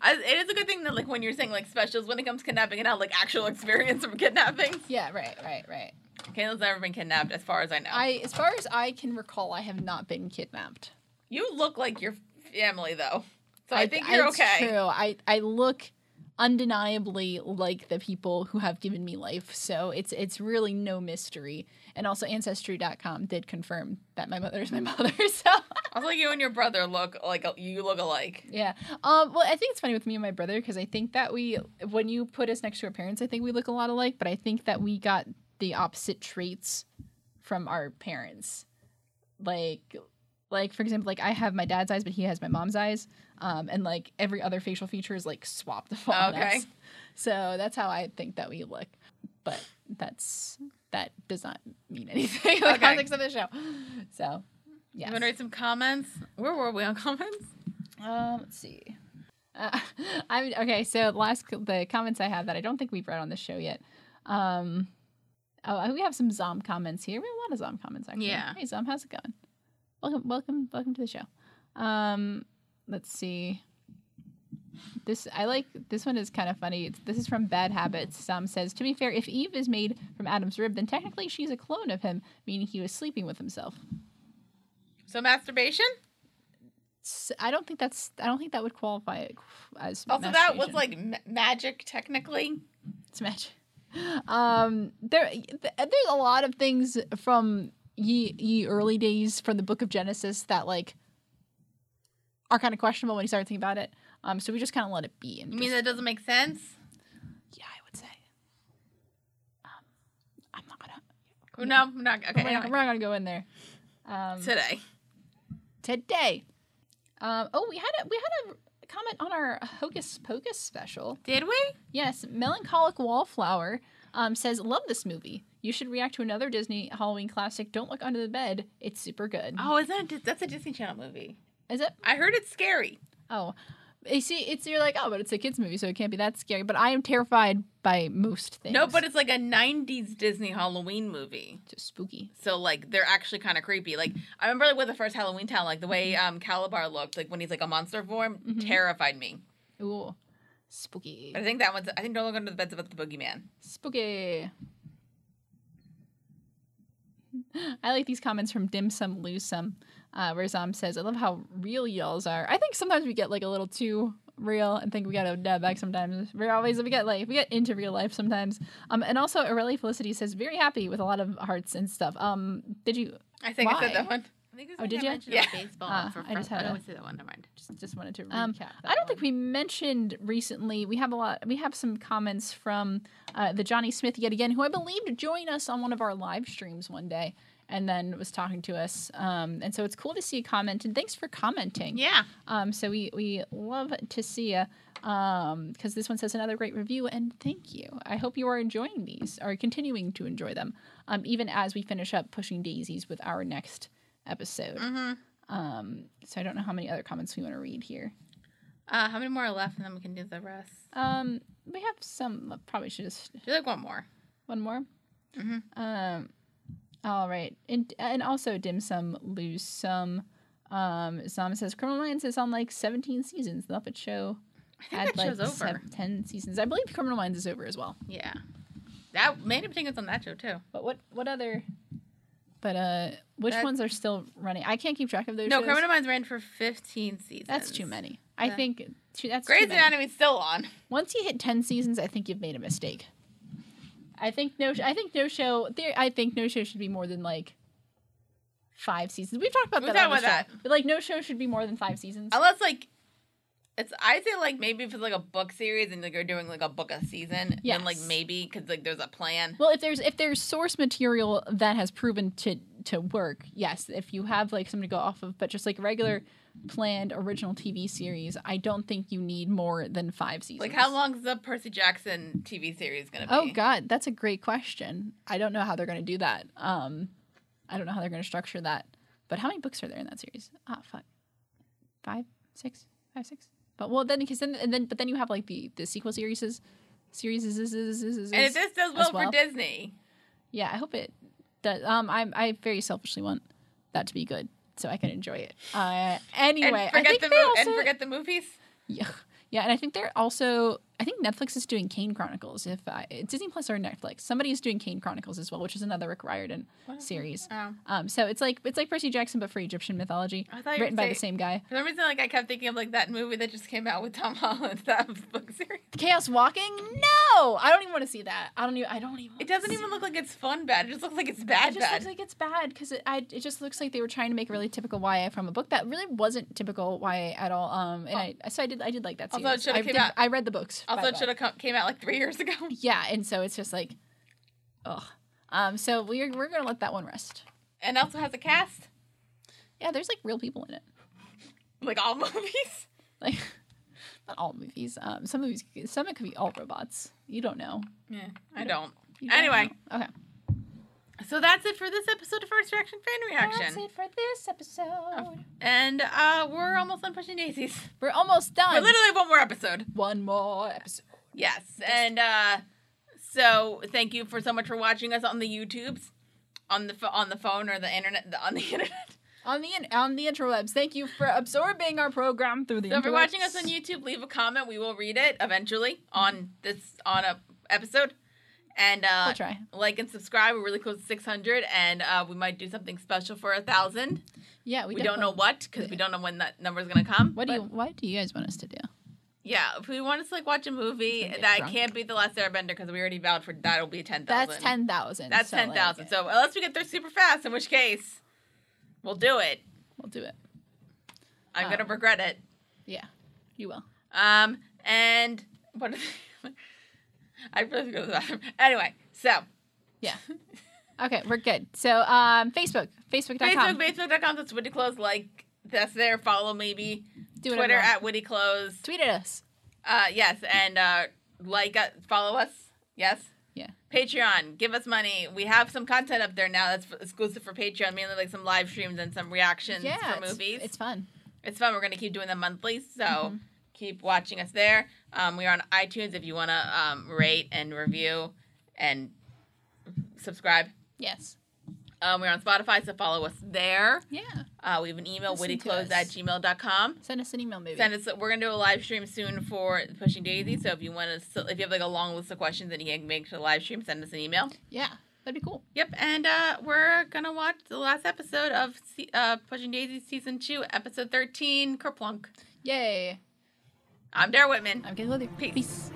S1: I, it is a good thing that like when you're saying like specials when it comes to kidnapping and how like actual experience from kidnappings.
S2: Yeah, right, right, right.
S1: Kayla's never been kidnapped as far as I know.
S2: I, as far as I can recall, I have not been kidnapped.
S1: you look like your family though, so I, think you're
S2: it's
S1: okay.
S2: True. I, I look undeniably like the people who have given me life, so it's it's really no mystery. And also, ancestry.com did confirm that my mother is my mother. So
S1: Also, you and your brother look like you look alike.
S2: yeah. Um. Well, I think it's funny with me and my brother because I think that we, when you put us next to our parents, I think we look a lot alike. But I think that we got the opposite traits from our parents. Like, like for example, like I have my dad's eyes, but he has my mom's eyes. um, and like every other facial feature is like swapped upon
S1: Okay.
S2: us. So that's how I think that we look, but that's that does not mean anything in the
S1: Okay.
S2: context of the show. So,
S1: You
S2: yeah.
S1: want to read some comments? Where were we on comments?
S2: Um, let's see. Uh, I'm okay. So last the comments I have that I don't think we've read on the show yet. Um, oh, we have some Zom comments here. We have a lot of Zom comments actually.
S1: Yeah.
S2: Hey Zom, how's it going? Welcome, welcome, welcome to the show. Um, let's see. This I like. This one is kind of funny. It's, this is from Bad Habits. Zom says, "To be fair, if Eve is made from Adam's rib, then technically she's a clone of him, meaning he was sleeping with himself."
S1: So masturbation.
S2: S- I don't think that's. I don't think that would qualify it as.
S1: Also, that was
S2: masturbation.
S1: like ma- magic technically.
S2: Smash. Um, there, th- there's a lot of things from ye ye early days from the Book of Genesis that like are kind of questionable when you start thinking about it. Um, so we just kind of let it be. And
S1: You mean
S2: just-
S1: that doesn't make sense?
S2: yeah, I would say. Um, I'm not gonna.
S1: Well, no, I'm not. Okay,
S2: we're, not,
S1: anyway.
S2: we're not gonna go in there. Um,
S1: today.
S2: today. Um, oh, we had a we had a comment on our Hocus Pocus special.
S1: Did we?
S2: Yes, Melancholic Wallflower um, says, Love this movie. You should react to another Disney Halloween classic, Don't Look Under the Bed. It's super good.
S1: Oh, is that a, Dis- that's a Disney Channel movie?
S2: Is it?
S1: I heard it's scary.
S2: Oh. You see, it's you're like, oh, but it's a kids' movie, so it can't be that scary. But I am terrified by most things.
S1: No, but it's like a '90s Disney Halloween movie.
S2: just spooky.
S1: So like they're actually kind of creepy. Like I remember like with the first Halloween Town, like the way um Calabar looked, like when he's like a monster form,
S2: Mhm.
S1: terrified me.
S2: Ooh, spooky,
S1: But I think that one's. I think Don't Look Under the Bed's about the boogeyman.
S2: spooky. I like these comments from Dim Sum Lose Some, uh, where Zom says, "I love how real y'all's are." I think sometimes we get like a little too real, and think we gotta dab back sometimes. We're always we get like we get into real life sometimes. Um, and also Aurelia Felicity says, "Very happy with a lot of hearts and stuff." Um, did you
S1: I think I
S2: Why?
S1: said that one.
S3: I think it was
S2: Oh,
S3: like
S2: did
S3: I
S2: ya?
S3: mentioned
S1: Yeah.
S3: about baseball
S2: Ah,
S3: for
S2: I just
S3: fr- oh,
S2: had
S3: I
S2: a-
S3: always say that one. Never mind.
S2: just just wanted to recap?
S3: Um,
S2: I don't think we mentioned recently. We have a lot. We have some comments from uh, the Johnny Smith yet again, who I believe joined us on one of our live streams one day, and then was talking to us. Um, and so it's cool to see you comment, and thanks for commenting.
S1: Yeah.
S2: Um, so we we love to see you because this one says another great review and thank you. I hope you are enjoying these or continuing to enjoy them, um, even as we finish up pushing daisies with our next episode.
S1: Mm-hmm.
S2: Um, so I don't know how many other comments we want to read here.
S1: Uh, how many more are left, and then we can do the rest.
S2: Um, we have some. uh, Probably should just
S1: Do like one more.
S2: one more.
S1: Mhm.
S2: Um, all right, and and also dim sum lose some. Um, Zama says Criminal Minds is on like seventeen seasons. The Muppet Show
S1: I think that show's over.
S2: sev- ten seasons. I believe Criminal Minds is over as well.
S1: Yeah. That made him think it's on that show too.
S2: But what what other? But uh, which
S1: That-
S2: ones are still running? I can't keep track of those.
S1: no,
S2: shows.
S1: Criminal Minds ran for 15 seasons.
S2: That's too many. I
S1: Yeah.
S2: think too, that's too
S1: Grey's
S2: many.
S1: Anatomy's still on.
S2: Once you hit ten seasons, I think you've made a mistake. I think no. I think no show. There, I think no show should be more than like five seasons. We've talked about
S1: We
S2: that.
S1: talked
S2: on the
S1: about
S2: show. But like no show should be more than five seasons.
S1: Unless like it's I say like maybe if it's like a book series and like you're doing like a book a season,
S2: Yes.
S1: then like maybe because like there's a plan.
S2: Well, if there's if there's source material that has proven to to work, yes. If you have like something to go off of, but just like regular planned original TV series, I don't think you need more than five seasons.
S1: Like how long's the Percy Jackson TV series gonna be?
S2: Oh God, that's a great question. I don't know how they're going to do that. Um, I don't know how they're going to structure that. But how many books are there in that series? Ah, fuck, five, six, five, six. But well, then because then and then but then you have like the the sequel series, is- series is, is, is, is, is-
S1: And if this does
S2: As
S1: well, for
S2: well.
S1: Disney,
S2: yeah. I hope it does. Um, I I very selfishly want that to be good so I can enjoy it. Uh,
S1: and
S2: anyway, I
S1: forget
S2: think
S1: the
S2: they
S1: mo-
S2: also
S1: and forget the movies.
S2: yeah. Yeah, and I think they're also I think Netflix is doing Kane Chronicles if I, Disney Plus or Netflix. Somebody is doing Kane Chronicles as well, which is another Rick Riordan series.
S1: Oh.
S2: Um so it's like it's like Percy Jackson but for Egyptian mythology,
S1: I thought you were
S2: written by the
S1: saying-
S2: same guy.
S1: For some reason, like I kept thinking of like that movie that just came out with Tom Holland, that book series.
S2: Chaos Walking? No. I don't even want to see that. I don't even I don't even
S1: It
S2: wanna
S1: doesn't
S2: see
S1: even look like it's fun bad. It just looks like it's
S2: it
S1: bad
S2: just
S1: bad.
S2: looks like it's bad because it, I, it just looks like they were trying to make a really typical YA from a book that really wasn't typical YA at all. Um, and I so I did I did like that.
S1: Oh. Although it should've
S2: series. I,
S1: came
S2: did-
S1: out-
S2: I read the books. by
S1: also, it
S2: the way.
S1: should have come, came out like three years ago.
S2: Yeah, and so it's just like, ugh. Um, so we're we're gonna let that one rest.
S1: And also has a cast
S2: Yeah, there's like real people in it.
S1: like all movies.
S2: Like not all movies. Um, some movies, some it could be all robots. You don't know.
S1: Yeah, I don't.
S2: You don't
S1: Anyway.
S2: know. okay.
S1: So that's it for this episode of First Reaction Fan
S2: That's
S1: Reaction.
S2: it for this
S1: Oh.
S2: episode.
S1: And uh, we're almost on Pushing Daisies.
S2: We're almost done.
S1: We're literally one more episode.
S2: one more episode.
S1: Yes. And uh, so thank you for so much for watching us on the YouTubes, on the pho- on the phone or the internet, the, on the internet.
S2: On the in- on the interwebs, thank you for absorbing our program through the.
S1: So if you're
S2: interwebs.
S1: watching us on YouTube, leave a comment. We will read it eventually on this on a episode. And uh,
S2: We'll try.
S1: like and subscribe. We're really close to 600, and uh, we might do something special for a thousand.
S2: Yeah,
S1: We,
S2: we,
S1: don't know
S2: definitely-
S1: what because we don't know when that number is gonna come.
S2: What do
S1: but-
S2: you? What do you guys want us to do?
S1: Yeah, if we want us to like watch a movie,
S2: Let's go get
S1: that
S2: drunk.
S1: can't be the last Airbender because we already vowed for that'll be ten thousand.
S2: That's ten thousand.
S1: That's ten thousand. So unless we get there super fast, in which case, we'll do it.
S2: we'll do it.
S1: I'm
S2: Um,
S1: gonna regret it.
S2: Yeah, you will.
S1: Um, and what? Are the, I really have to go to the bathroom. Anyway, so
S2: Yeah. okay, we're good. So um, Facebook,
S1: Facebook,
S2: Facebook.com.
S1: Facebook.com. That's Witty Clothes. Like that's there. Follow maybe
S2: do whatever
S1: Twitter
S2: you want.
S1: at Witty Clothes.
S2: tweet at us.
S1: Uh, yes, and uh, like, uh, follow us. Yes.
S2: Yeah.
S1: Patreon, give us money. We have some content up there now that's f- exclusive for Patreon, mainly like some live streams and some reactions
S2: Yeah,
S1: for
S2: it's,
S1: movies.
S2: it's fun.
S1: It's fun. We're going to keep doing them monthly, so keep watching us there. Um, we are on iTunes if you want to um, rate and review and subscribe.
S2: Yes.
S1: Um, we're on Spotify, so follow us there.
S2: Yeah.
S1: Uh, we have an email,
S2: Listen to
S1: wittyclothes
S2: us.
S1: at gmail.com.
S2: Send us an email, maybe.
S1: Send us. We're gonna do a live stream soon for Pushing Daisy. So if you want to, if you have like a long list of questions and you can make to the live stream, send us an email.
S2: yeah, that'd be cool.
S1: Yep, and uh, we're gonna watch the last episode of se- uh, Pushing Daisy season two, episode thirteen, Kerplunk.
S2: Yay.
S1: I'm Dara Whitman.
S2: I'm Kayla. Luther.
S1: Peace.
S2: Peace.